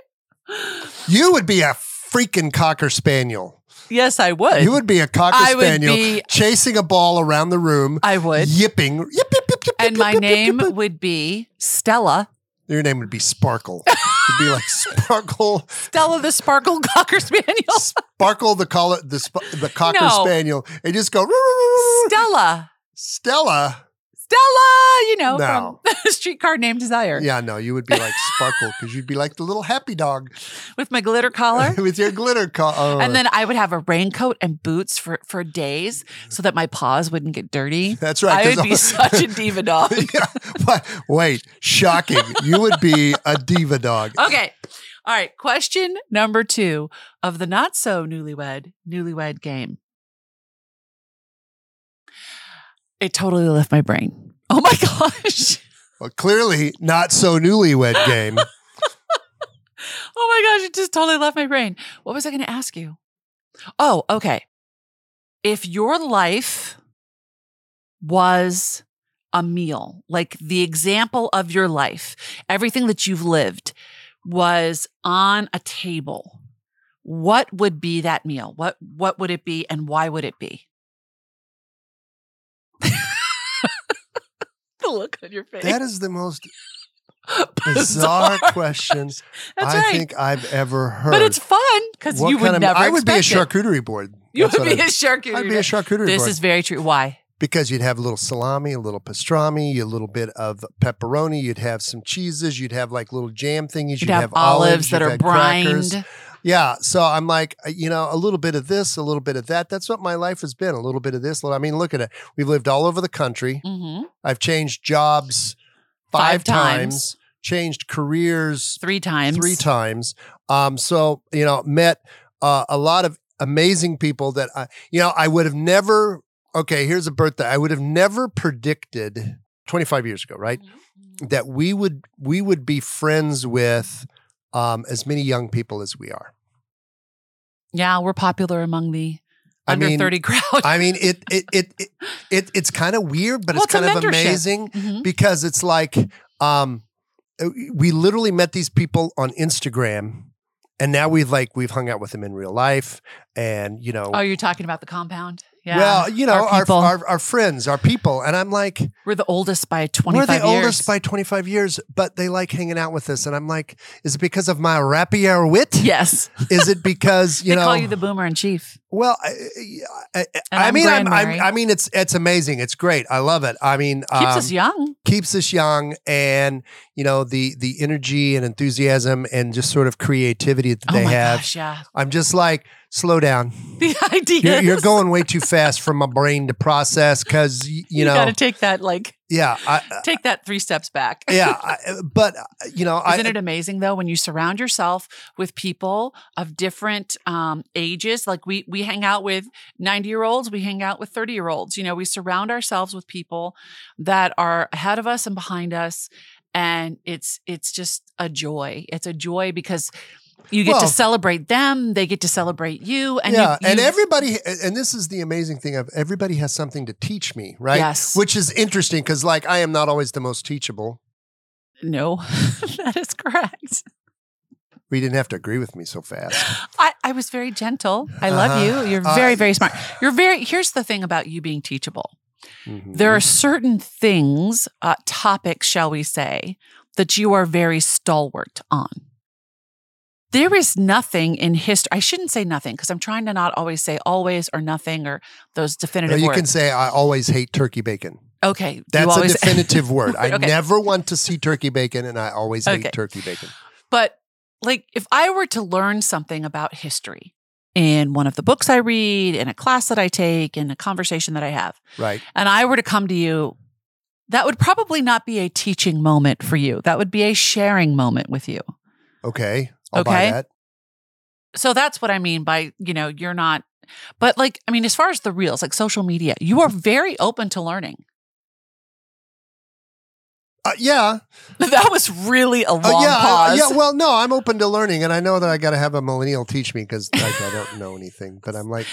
Speaker 1: You would be a freaking cocker spaniel.
Speaker 2: Yes, I would.
Speaker 1: You would be a cocker
Speaker 2: I would
Speaker 1: spaniel
Speaker 2: be-
Speaker 1: chasing a ball around the room,
Speaker 2: I would.
Speaker 1: yipping. Yip, yip, yip, yip,
Speaker 2: And
Speaker 1: yip,
Speaker 2: my
Speaker 1: yip, yip,
Speaker 2: name
Speaker 1: yip.
Speaker 2: would be Stella.
Speaker 1: Your name would be Sparkle. It'd be like Sparkle.
Speaker 2: Stella the Sparkle Cocker Spaniel.
Speaker 1: Sparkle the collar, the sp- the cocker
Speaker 2: No.
Speaker 1: spaniel, and just go. "Roo, roo, roo, roo, roo."
Speaker 2: Stella.
Speaker 1: Stella.
Speaker 2: Stella, you know,
Speaker 1: No.
Speaker 2: from Streetcar Named Desire
Speaker 1: Yeah, no, you would be like Sparkle because you'd be like the little happy dog
Speaker 2: with my glitter collar.
Speaker 1: with your glitter oh, collar.
Speaker 2: and then I would have a raincoat and boots for, for days so that my paws wouldn't get dirty.
Speaker 1: that's right.
Speaker 2: I
Speaker 1: 'cause
Speaker 2: would be
Speaker 1: all-
Speaker 2: such a diva dog.
Speaker 1: yeah, but wait, shocking! You would be a diva dog.
Speaker 2: Okay. All right. Question number two of the not so newlywed, newlywed game. It totally left my brain. Oh my gosh.
Speaker 1: Well, clearly not so newlywed game.
Speaker 2: Oh my gosh, it just totally left my brain. What was I going to ask you? Oh, okay. If your life was a meal, like the example of your life, everything that you've lived was on a table, what would be that meal? What what would it be and why would it be? the look on your face.
Speaker 1: That is the most bizarre question
Speaker 2: That's
Speaker 1: I
Speaker 2: right.
Speaker 1: think I've ever heard.
Speaker 2: But it's fun because
Speaker 1: What
Speaker 2: you would
Speaker 1: kind of-
Speaker 2: never.
Speaker 1: I would be a
Speaker 2: expect it.
Speaker 1: charcuterie board.
Speaker 2: You
Speaker 1: That's
Speaker 2: would
Speaker 1: what
Speaker 2: be a
Speaker 1: I'd-
Speaker 2: charcuterie.
Speaker 1: I'd be a
Speaker 2: board.
Speaker 1: charcuterie
Speaker 2: This
Speaker 1: board.
Speaker 2: is very true. Why?
Speaker 1: because you'd have a little salami, a little pastrami, a little bit of pepperoni. You'd have some cheeses. You'd have like little jam thingies.
Speaker 2: You'd have, olives that
Speaker 1: you'd
Speaker 2: are
Speaker 1: have crackers.
Speaker 2: brined.
Speaker 1: Yeah. So I'm like, uh, you know, a little bit of this, a little bit of that. That's what my life has been. A little bit of this. little- I mean, look at it. We've lived all over the country.
Speaker 2: hmm
Speaker 1: I've changed jobs five,
Speaker 2: Five times.
Speaker 1: times, changed careers
Speaker 2: Three times.
Speaker 1: three times. Um, so you know, met uh, a lot of amazing people that I, you know, I would have never. Okay, here's a birthday. I would have never predicted 25 years ago, right, that we would we would be friends with um, as many young people as we are.
Speaker 2: Yeah, we're popular among the
Speaker 1: I
Speaker 2: under
Speaker 1: mean,
Speaker 2: thirty crowd.
Speaker 1: I mean, it it it it, it it's kind of weird, but
Speaker 2: Well,
Speaker 1: it's
Speaker 2: it's a
Speaker 1: kind of
Speaker 2: mentorship.
Speaker 1: amazing
Speaker 2: Mhm.
Speaker 1: because it's like um we literally met these people on Instagram and now we've like we've hung out with them in real life and you know
Speaker 2: Oh, you're talking about the compound. Yeah.
Speaker 1: well you know our
Speaker 2: people.
Speaker 1: our, our, friends our people and I'm like
Speaker 2: we're the oldest by twenty
Speaker 1: we're
Speaker 2: five
Speaker 1: the
Speaker 2: years.
Speaker 1: oldest by 25 years but they like hanging out with us and I'm like is it because of my rapier wit
Speaker 2: yes.
Speaker 1: is it because you
Speaker 2: they
Speaker 1: know
Speaker 2: call you the boomer in chief.
Speaker 1: well I, I, I,
Speaker 2: I'm
Speaker 1: mean I'm,
Speaker 2: Grand
Speaker 1: I'm,
Speaker 2: Mary.
Speaker 1: I mean it's it's amazing it's great I love it I mean
Speaker 2: Keeps
Speaker 1: um,
Speaker 2: us young.
Speaker 1: keeps us young and you know the the energy and enthusiasm and just sort of creativity that
Speaker 2: oh
Speaker 1: they
Speaker 2: my
Speaker 1: have
Speaker 2: gosh, yeah.
Speaker 1: i'm just like slow down
Speaker 2: The idea.
Speaker 1: you're, you're going way too fast for my brain to process because you,
Speaker 2: You,
Speaker 1: know
Speaker 2: got to take that like
Speaker 1: yeah I,
Speaker 2: take that three steps back.
Speaker 1: yeah I, but uh, you know
Speaker 2: Isn't
Speaker 1: I,
Speaker 2: it amazing though when you surround yourself with people of different um, ages? Like we we hang out with ninety year olds, we hang out with thirty year olds. You know, we surround ourselves with people that are ahead of us and behind us, and it's it's just a joy. It's a joy because you get
Speaker 1: Well-
Speaker 2: to celebrate them, they get to celebrate you, and
Speaker 1: yeah
Speaker 2: you,
Speaker 1: and
Speaker 2: you-
Speaker 1: everybody and this is the amazing thing of everybody has something to teach me right
Speaker 2: Yes.
Speaker 1: which is interesting because like i am not always the most teachable
Speaker 2: no, that is correct.
Speaker 1: Well, you didn't have to agree with me so fast.
Speaker 2: I, I was very gentle. I love
Speaker 1: Uh,
Speaker 2: you. You're very,
Speaker 1: I-
Speaker 2: very smart. You're very, here's the thing about you being teachable. There are certain things, uh, topics, shall we say, that you are very stalwart on. There is nothing in history. I shouldn't say nothing because I'm trying to not always say always or nothing or those
Speaker 1: No,
Speaker 2: definitive
Speaker 1: Mm-hmm. you
Speaker 2: words.
Speaker 1: can say I always hate turkey bacon.
Speaker 2: okay, you
Speaker 1: That's a
Speaker 2: always-
Speaker 1: definitive word. I
Speaker 2: Okay.
Speaker 1: never want to see turkey bacon, and I always hate
Speaker 2: Okay.
Speaker 1: turkey bacon.
Speaker 2: But like if I were to learn something about history in one of the books I read, in a class that I take, in a conversation that I have,
Speaker 1: Right?
Speaker 2: and I were to come to you, that would probably not be a teaching moment for you. That would be a sharing moment with you.
Speaker 1: Okay. I'll buy
Speaker 2: Okay.
Speaker 1: that.
Speaker 2: So that's what I mean by, you know, you're not, but like, I mean, as far as the reels, like social media, you are very open to learning.
Speaker 1: Uh, yeah.
Speaker 2: that was really a long
Speaker 1: Uh, yeah. I-
Speaker 2: pause.
Speaker 1: yeah. Well, no, I'm open to learning, and I know that I got to have a millennial teach me because like, I don't know anything. But I'm like,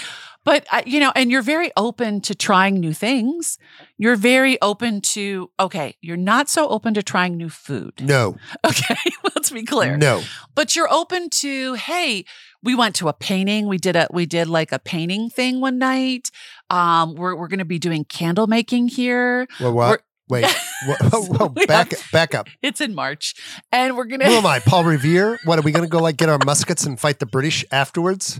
Speaker 2: but I, you know and you're very open to trying new things you're very open to okay you're not so open to trying new food
Speaker 1: no,
Speaker 2: okay let's be clear
Speaker 1: no.
Speaker 2: but you're open to hey we went to a painting we did a we did like a painting thing one night um we're, we're gonna be doing candle making here
Speaker 1: Well, what?
Speaker 2: We're-
Speaker 1: Wait. Whoa, whoa, whoa,
Speaker 2: We
Speaker 1: back, back up.
Speaker 2: it's in march and we're gonna
Speaker 1: Who am I? Paul Revere? What are we going to go like get our muskets and fight the British afterwards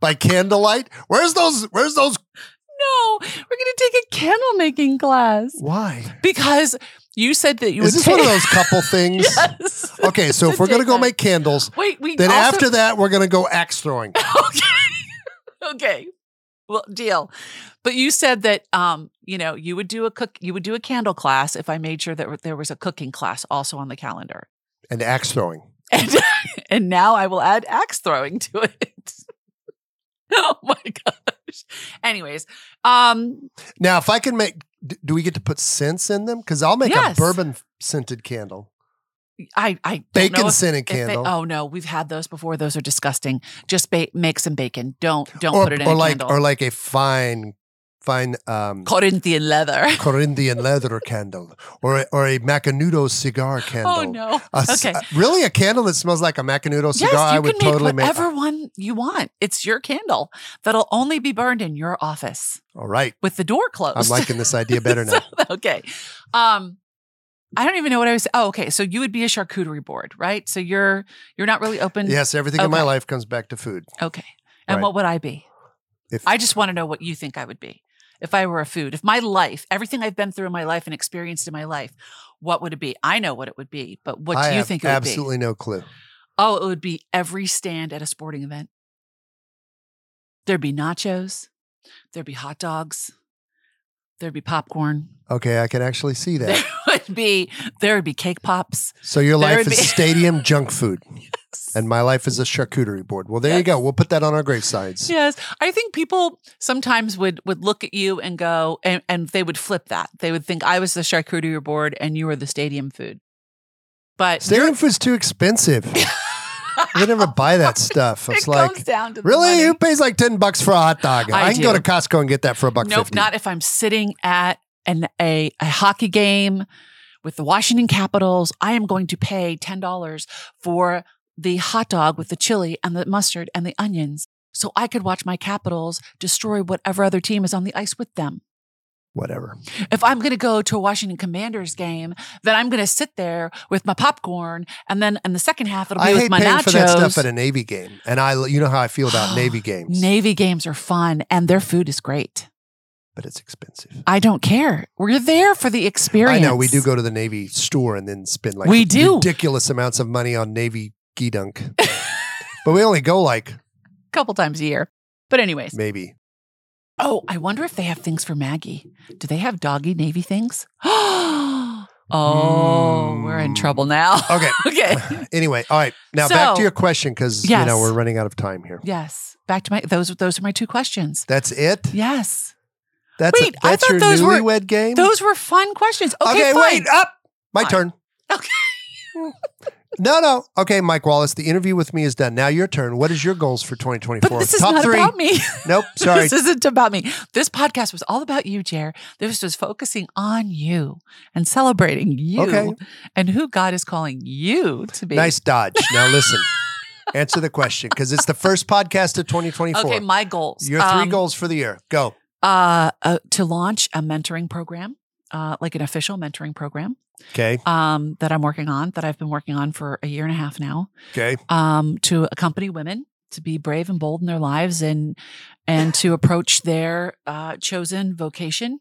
Speaker 1: by candlelight? Where's those? Where's those?
Speaker 2: no we're gonna take a candle making class
Speaker 1: Why?
Speaker 2: because you said that you
Speaker 1: Is
Speaker 2: would
Speaker 1: this one of
Speaker 2: take
Speaker 1: those couple things?
Speaker 2: Yes.
Speaker 1: Okay, so if we're going to go make candles,
Speaker 2: wait we
Speaker 1: then
Speaker 2: also-
Speaker 1: after that, we're going to go axe throwing.
Speaker 2: okay. okay. Well, deal. But you said that um, you know, you would do a cook you would do a candle class if I made sure that there was a cooking class also on the calendar.
Speaker 1: And axe throwing.
Speaker 2: And and now I will add axe throwing to it. oh my gosh. Anyways, um
Speaker 1: Now, if I can make, d- do we get to put scents in them? Because I'll make
Speaker 2: Yes.
Speaker 1: a bourbon scented candle,
Speaker 2: I I don't know
Speaker 1: bacon
Speaker 2: if-
Speaker 1: scented
Speaker 2: if they-
Speaker 1: candle,
Speaker 2: oh no, we've had those before. Those are disgusting. Just ba- make some bacon. Don't don't
Speaker 1: or,
Speaker 2: put it in
Speaker 1: or
Speaker 2: a
Speaker 1: like
Speaker 2: candle.
Speaker 1: or like a fine, fine um,
Speaker 2: Corinthian leather.
Speaker 1: Corinthian leather candle, or a, or a Macanudo cigar candle.
Speaker 2: Oh no.
Speaker 1: A s-
Speaker 2: Okay.
Speaker 1: uh, really, a candle that smells like a Macanudo cigar? I would totally
Speaker 2: make whatever
Speaker 1: make.
Speaker 2: one you want. It's your candle that'll only be burned in your office
Speaker 1: All right.
Speaker 2: with the door
Speaker 1: I'm
Speaker 2: closed.
Speaker 1: liking this idea better now.
Speaker 2: So- okay. Um, I don't even know what I was. Oh, okay. So you would be a charcuterie board, right? So you're you're not really open.
Speaker 1: Yes, everything in my
Speaker 2: Okay.
Speaker 1: life comes back to food.
Speaker 2: Okay. And
Speaker 1: Right.
Speaker 2: what would I be?
Speaker 1: If-
Speaker 2: I just want to know what you think I would be if I were a food. If my life, everything I've been through in my life and experienced in my life, what would it be? I know what it would be, but what
Speaker 1: I
Speaker 2: do you
Speaker 1: have
Speaker 2: think it would be?
Speaker 1: absolutely no clue.
Speaker 2: Oh, it would be every stand at a sporting event. There'd be nachos, there'd be hot dogs, there'd be popcorn.
Speaker 1: Okay, I can actually see that.
Speaker 2: There would be there would be cake pops.
Speaker 1: So your
Speaker 2: There
Speaker 1: life
Speaker 2: would
Speaker 1: is
Speaker 2: be-
Speaker 1: stadium junk food, and my life is a charcuterie board. Well, there you go. We'll put that on our grave signs.
Speaker 2: Yes. I think people sometimes would would look at you and go and, and they would flip that. They would think I was the charcuterie board and you were the stadium food. But
Speaker 1: Stadium food's too expensive. they never buy that stuff.
Speaker 2: it
Speaker 1: It's like
Speaker 2: comes down to the
Speaker 1: really,
Speaker 2: money.
Speaker 1: who pays like ten bucks for a hot dog?
Speaker 2: I
Speaker 1: I, can go
Speaker 2: do.
Speaker 1: to Costco and get that for a buck
Speaker 2: Nope,
Speaker 1: fifty.
Speaker 2: not if I'm sitting at an a, a hockey game with the Washington Capitals. I am going to pay ten dollars for the hot dog with the chili and the mustard and the onions, so I could watch my Capitals destroy whatever other team is on the ice with them.
Speaker 1: Whatever.
Speaker 2: If I'm going to go to a Washington Commanders game, then I'm going to sit there with my popcorn, and then in the second half it'll be
Speaker 1: I
Speaker 2: with
Speaker 1: hate
Speaker 2: my
Speaker 1: paying
Speaker 2: nachos.
Speaker 1: for that stuff at a Navy game, and I, you know how I feel about Navy games,
Speaker 2: Navy games are fun, and their food is great.
Speaker 1: but it's expensive.
Speaker 2: I don't care. We're there for the experience.
Speaker 1: I know we do go to the Navy store and then spend like
Speaker 2: We do.
Speaker 1: ridiculous amounts of money on Navy dunk, but we only go like
Speaker 2: couple times a year. But anyways,
Speaker 1: maybe.
Speaker 2: oh, I wonder if they have things for Maggie. Do they have doggy navy things? oh, we're in
Speaker 1: Mm.
Speaker 2: trouble now.
Speaker 1: Okay.
Speaker 2: okay.
Speaker 1: anyway, all right. Now back
Speaker 2: So-
Speaker 1: to your question because you
Speaker 2: Yes.
Speaker 1: know we're running out of time here.
Speaker 2: Yes. Back to my those those are my two questions.
Speaker 1: That's it.
Speaker 2: Yes.
Speaker 1: That's it.
Speaker 2: Wait, I
Speaker 1: That's
Speaker 2: thought
Speaker 1: your
Speaker 2: those were-
Speaker 1: newlywed game.
Speaker 2: Those were fun questions. Okay,
Speaker 1: okay,
Speaker 2: fine.
Speaker 1: wait up. My
Speaker 2: Fine.
Speaker 1: turn.
Speaker 2: Okay.
Speaker 1: no, no. Okay, Mike Wallace. The interview with me is done. Now your turn. What is your goals for 2024?
Speaker 2: But this is
Speaker 1: Top
Speaker 2: not
Speaker 1: three.
Speaker 2: about me.
Speaker 1: Nope. Sorry.
Speaker 2: this isn't about me. This podcast was all about you, Jer. This was focusing on you and celebrating you
Speaker 1: Okay.
Speaker 2: and who God is calling you to be.
Speaker 1: Nice dodge. Now listen. Answer the question because it's the first podcast of 2024.
Speaker 2: Okay, my goals.
Speaker 1: Your three
Speaker 2: Um,
Speaker 1: goals for the year. Go.
Speaker 2: Uh, uh, to launch a mentoring program, uh, like an official mentoring program
Speaker 1: Okay.
Speaker 2: um, that I'm working on, that I've been working on for a year and a half now,
Speaker 1: Okay.
Speaker 2: um, to accompany women to be brave and bold in their lives and and to approach their uh, chosen vocation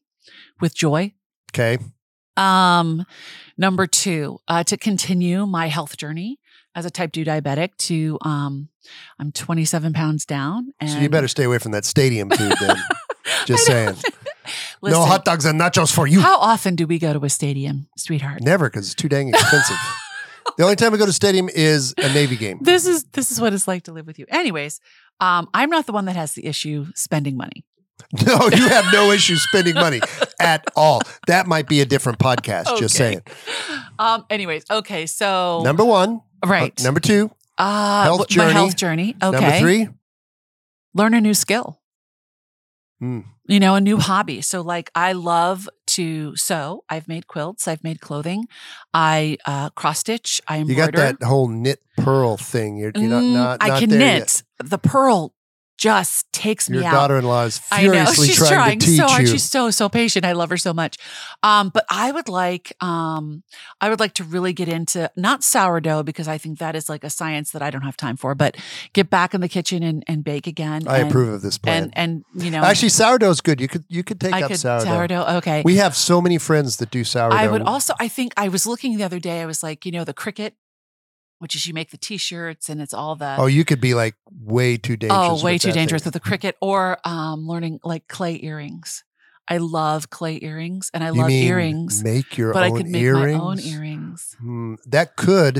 Speaker 2: with joy.
Speaker 1: Okay.
Speaker 2: Um, number two, uh, to continue my health journey as a type two diabetic. To um, I'm 27 pounds down, and
Speaker 1: So you better stay away from that stadium food then. Just
Speaker 2: I know.
Speaker 1: saying.
Speaker 2: Listen,
Speaker 1: no hot dogs and nachos for you.
Speaker 2: How often do we go to a stadium, sweetheart?
Speaker 1: Never because it's too dang expensive. the only time I go to stadium is a Navy game.
Speaker 2: This is this is what it's like to live with you. Anyways, um, I'm not the one that has the issue spending money.
Speaker 1: No, you have no issue spending money at all. That might be a different podcast. Just
Speaker 2: Okay.
Speaker 1: saying.
Speaker 2: Um, anyways, okay, so
Speaker 1: Number one.
Speaker 2: right,
Speaker 1: Uh, number two.
Speaker 2: uh,
Speaker 1: health
Speaker 2: w- my
Speaker 1: journey.
Speaker 2: health journey. Okay,
Speaker 1: Number three.
Speaker 2: learn a new skill.
Speaker 1: Hmm.
Speaker 2: You know, a new hobby. So, like, I love to sew. I've made quilts. I've made clothing. I uh, cross stitch. I
Speaker 1: You
Speaker 2: embroider.
Speaker 1: got that whole knit pearl thing. You're, you're not,
Speaker 2: Mm,
Speaker 1: not,
Speaker 2: I
Speaker 1: not
Speaker 2: can
Speaker 1: there
Speaker 2: knit.
Speaker 1: yet.
Speaker 2: The pearl just takes
Speaker 1: Your
Speaker 2: me out.
Speaker 1: daughter in law is
Speaker 2: I know
Speaker 1: furiously
Speaker 2: she's
Speaker 1: trying,
Speaker 2: trying
Speaker 1: to teach
Speaker 2: so hard.
Speaker 1: you.
Speaker 2: She's so so patient. I love her so much. Um, but I would like um, I would like to really get into not sourdough because I think that is like a science that I don't have time for. But get back in the kitchen and, and bake again.
Speaker 1: I
Speaker 2: and,
Speaker 1: approve of this plan.
Speaker 2: And and you know,
Speaker 1: Actually, sourdough's good. You could you could take
Speaker 2: I
Speaker 1: up
Speaker 2: could
Speaker 1: sourdough.
Speaker 2: Okay.
Speaker 1: We have so many friends that do sourdough.
Speaker 2: I would also. I think I was looking the other day. I was like, you know, the cricket, which is you make the t-shirts and it's all the
Speaker 1: Oh, you could be like way too dangerous.
Speaker 2: Oh, way
Speaker 1: with
Speaker 2: too
Speaker 1: that
Speaker 2: dangerous
Speaker 1: thing.
Speaker 2: with the cricket or um, learning like clay earrings. I love clay earrings and I
Speaker 1: you
Speaker 2: love
Speaker 1: mean
Speaker 2: earrings,
Speaker 1: Make your
Speaker 2: but I
Speaker 1: own
Speaker 2: could make
Speaker 1: earrings.
Speaker 2: my own earrings.
Speaker 1: Hmm, that could.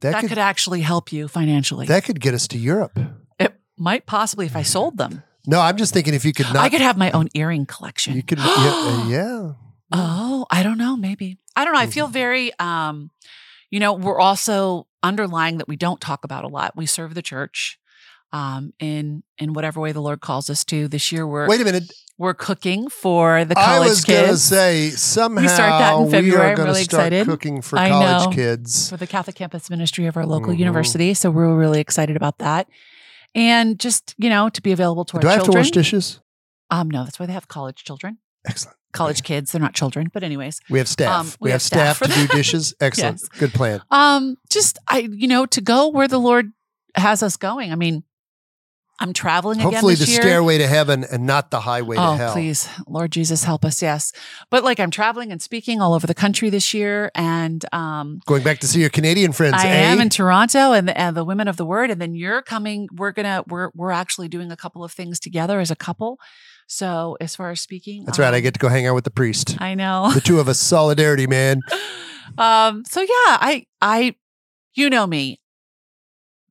Speaker 1: That,
Speaker 2: That,
Speaker 1: could,
Speaker 2: could, actually help you financially.
Speaker 1: that could get us to Europe.
Speaker 2: it might possibly if I sold them.
Speaker 1: No, I'm just thinking if you could not,
Speaker 2: I could have my own earring collection.
Speaker 1: you could, yeah, uh, yeah.
Speaker 2: Oh, I don't know. Maybe I don't know. I feel
Speaker 1: Mm-hmm.
Speaker 2: very, um, you know, we're also underlying that we don't talk about a lot. We serve the church um, in in whatever way the Lord calls us to. This year we're
Speaker 1: Wait a minute.
Speaker 2: we're cooking for the
Speaker 1: I
Speaker 2: college
Speaker 1: was gonna
Speaker 2: kids.
Speaker 1: say somehow
Speaker 2: that in
Speaker 1: we
Speaker 2: February.
Speaker 1: are
Speaker 2: I'm
Speaker 1: gonna
Speaker 2: really
Speaker 1: start
Speaker 2: excited.
Speaker 1: cooking for
Speaker 2: I
Speaker 1: college
Speaker 2: know.
Speaker 1: kids.
Speaker 2: for the Catholic campus ministry of our local
Speaker 1: Mhm.
Speaker 2: university. So we're really excited about that. And just, you know, to be available to our
Speaker 1: Do I have
Speaker 2: children.
Speaker 1: to wash dishes?
Speaker 2: um, no, that's why they have college children,
Speaker 1: Excellent.
Speaker 2: college kids. They're not children, but anyways,
Speaker 1: We have staff.
Speaker 2: Um,
Speaker 1: we, have, staff,
Speaker 2: for
Speaker 1: to do dishes. Excellent. Good plan.
Speaker 2: um, just, I, you know, to go where the Lord has us going. I mean, I'm traveling
Speaker 1: Hopefully,
Speaker 2: again
Speaker 1: the
Speaker 2: this year.
Speaker 1: stairway to heaven and not the highway
Speaker 2: oh,
Speaker 1: to hell.
Speaker 2: please, Lord Jesus, help us. Yes. But like I'm traveling and speaking all over the country this year and, um,
Speaker 1: Going back to see your Canadian friends.
Speaker 2: I
Speaker 1: eh?
Speaker 2: am in Toronto and the, and the Women of the Word, and then you're coming. We're gonna we're we're actually doing a couple of things together as a couple. So as far as speaking,
Speaker 1: That's right. I
Speaker 2: um,
Speaker 1: get to go hang out with the priest.
Speaker 2: I know.
Speaker 1: the two of us, solidarity, man.
Speaker 2: um. So yeah, I I you know me.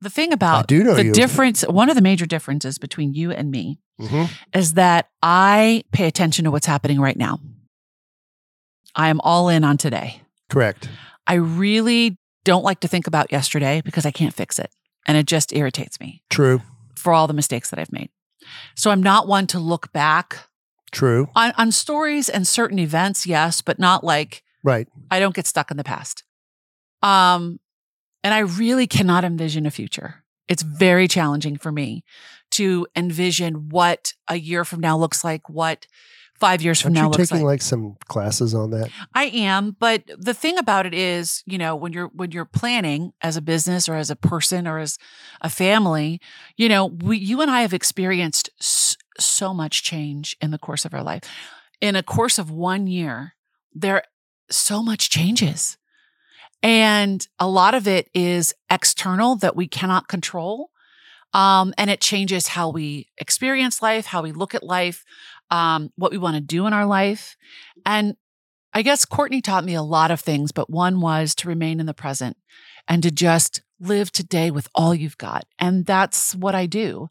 Speaker 2: The thing
Speaker 1: I
Speaker 2: about
Speaker 1: do know
Speaker 2: Uh, the
Speaker 1: Oh, you.
Speaker 2: difference, one of the major differences between you and me
Speaker 1: Mhm.
Speaker 2: is that I pay attention to what's happening right now. I am all in on today.
Speaker 1: Correct.
Speaker 2: I really don't like to think about yesterday because I can't fix it. And it just irritates me.
Speaker 1: True.
Speaker 2: for all the mistakes that I've made. So I'm not one to look back
Speaker 1: True.
Speaker 2: on, on stories and certain events, yes, but not like
Speaker 1: Right.
Speaker 2: I don't get stuck in the past. Um, and I really cannot envision a future. It's very challenging for me to envision what a year from now looks like, what five years from
Speaker 1: Aren't
Speaker 2: now
Speaker 1: you
Speaker 2: looks
Speaker 1: taking
Speaker 2: like.
Speaker 1: like, some classes on that?
Speaker 2: I am, but the thing about it is, you know, when you're when you're planning as a business or as a person or as a family, you know, we you and I have experienced s- so much change in the course of our life. In a course of 1 year, there so much changes. And a lot of it is external that we cannot control. Um, and it changes how we experience life, how we look at life, um, what we want to do in our life. And I guess Courtney taught me a lot of things, but one was to remain in the present and to just live today with all you've got. And that's what I do.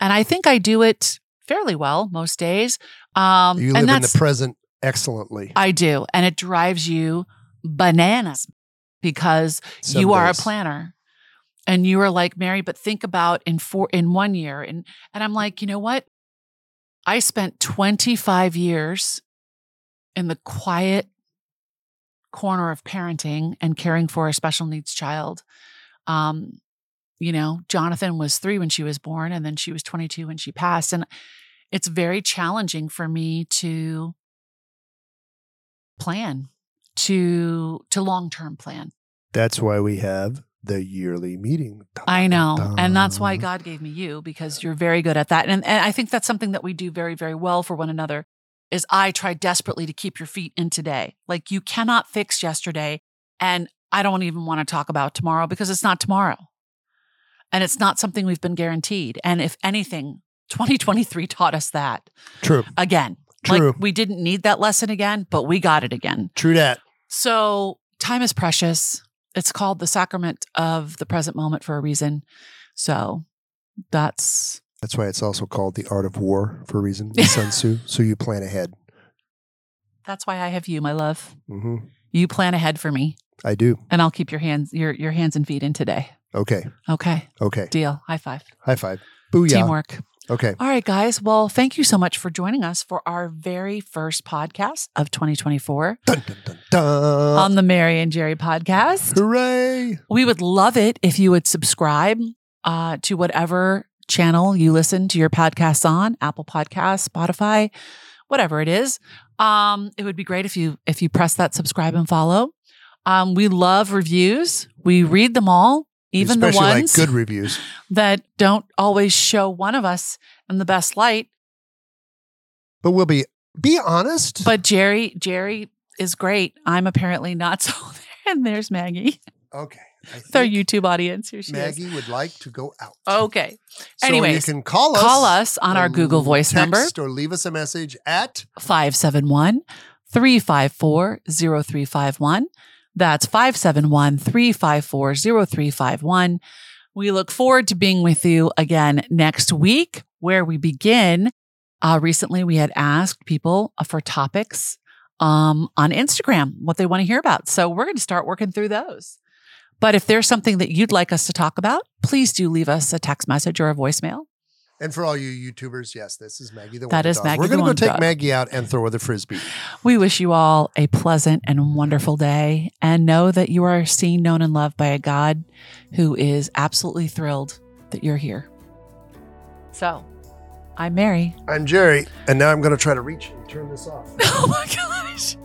Speaker 2: And I think I do it fairly well most days. Um,
Speaker 1: You
Speaker 2: and
Speaker 1: live in
Speaker 2: that's-
Speaker 1: the present excellently.
Speaker 2: I do. And it drives you bananas because
Speaker 1: some
Speaker 2: you are a
Speaker 1: days.
Speaker 2: planner and you are like, Mary, but think about in four in one year. And and I'm like, you know what? I spent 25 years in the quiet corner of parenting and caring for a special needs child. Um, you know, Jonathan was three when she was born, and then she was 22 when she passed. And it's very challenging for me to plan to to long term plan.
Speaker 1: That's why we have the yearly meeting. Dun,
Speaker 2: I know,
Speaker 1: dun,
Speaker 2: and that's why
Speaker 1: dun.
Speaker 2: God gave me you because you're very good at that. And and I think that's something that we do very very well for one another. Is I try desperately to keep your feet in today. Like you cannot fix yesterday, and I don't even want to talk about tomorrow because it's not tomorrow, and it's not something we've been guaranteed. And if anything, 2023 taught us that
Speaker 1: True.
Speaker 2: again.
Speaker 1: True.
Speaker 2: Like we didn't need that lesson again, but we got it again.
Speaker 1: True that.
Speaker 2: So, time is precious. It's called the sacrament of the present moment for a reason. So, that's
Speaker 1: That's why it's also called the art of war for a reason. by Sun Tzu. So you plan ahead.
Speaker 2: that's why I have you, my love.
Speaker 1: hmm
Speaker 2: You plan ahead for me,
Speaker 1: I do.
Speaker 2: and I'll keep your hands your your hands and feet in today.
Speaker 1: Okay.
Speaker 2: Okay,
Speaker 1: Okay.
Speaker 2: deal. High five.
Speaker 1: High five. Booyah.
Speaker 2: Teamwork.
Speaker 1: Okay.
Speaker 2: All right, guys. Well, thank you so much for joining us for our very first podcast of 2024
Speaker 1: Dun, dun, dun, dun.
Speaker 2: on the Mary and Jerry podcast.
Speaker 1: Hooray.
Speaker 2: We would love it if you would subscribe uh, to whatever channel you listen to your podcasts on Apple Podcasts, Spotify, whatever it is. Um, it would be great if you if you press that subscribe and follow. Um, we love reviews. We read them all, even the
Speaker 1: Especially
Speaker 2: ones
Speaker 1: like good reviews.
Speaker 2: that don't always show one of us in the best light.
Speaker 1: But we'll be be honest.
Speaker 2: But Jerry, Jerry is great. I'm apparently not so. And there's Maggie,
Speaker 1: okay. I
Speaker 2: with our
Speaker 1: think
Speaker 2: YouTube audience. Here she is.
Speaker 1: Maggie would like to go out.
Speaker 2: Okay.
Speaker 1: So
Speaker 2: anyways,
Speaker 1: you can call us,
Speaker 2: Call us on our
Speaker 1: or
Speaker 2: Google Voice
Speaker 1: text
Speaker 2: number,
Speaker 1: or leave us a message at
Speaker 2: 571 354 0351. That's 571 354 0351. We look forward to being with you again next week, where we begin. Uh, recently, we had asked people uh, for topics um, on Instagram, what they want to hear about. So we're going to start working through those. But if there's something that you'd like us to talk about, please do leave us a text message or a voicemail.
Speaker 1: and for all you YouTubers, yes, this is Maggie the
Speaker 2: That
Speaker 1: Wonder
Speaker 2: is
Speaker 1: Dog.
Speaker 2: Maggie
Speaker 1: We're
Speaker 2: the
Speaker 1: gonna go
Speaker 2: Wonder
Speaker 1: take
Speaker 2: Dog.
Speaker 1: Maggie out and throw her the frisbee.
Speaker 2: We wish you all a pleasant and wonderful day and know that you are seen, known, and loved by a God who is absolutely thrilled that you're here. So, I'm Mary.
Speaker 1: I'm Jerry, and now I'm gonna try to reach and turn this off.
Speaker 2: Oh my gosh.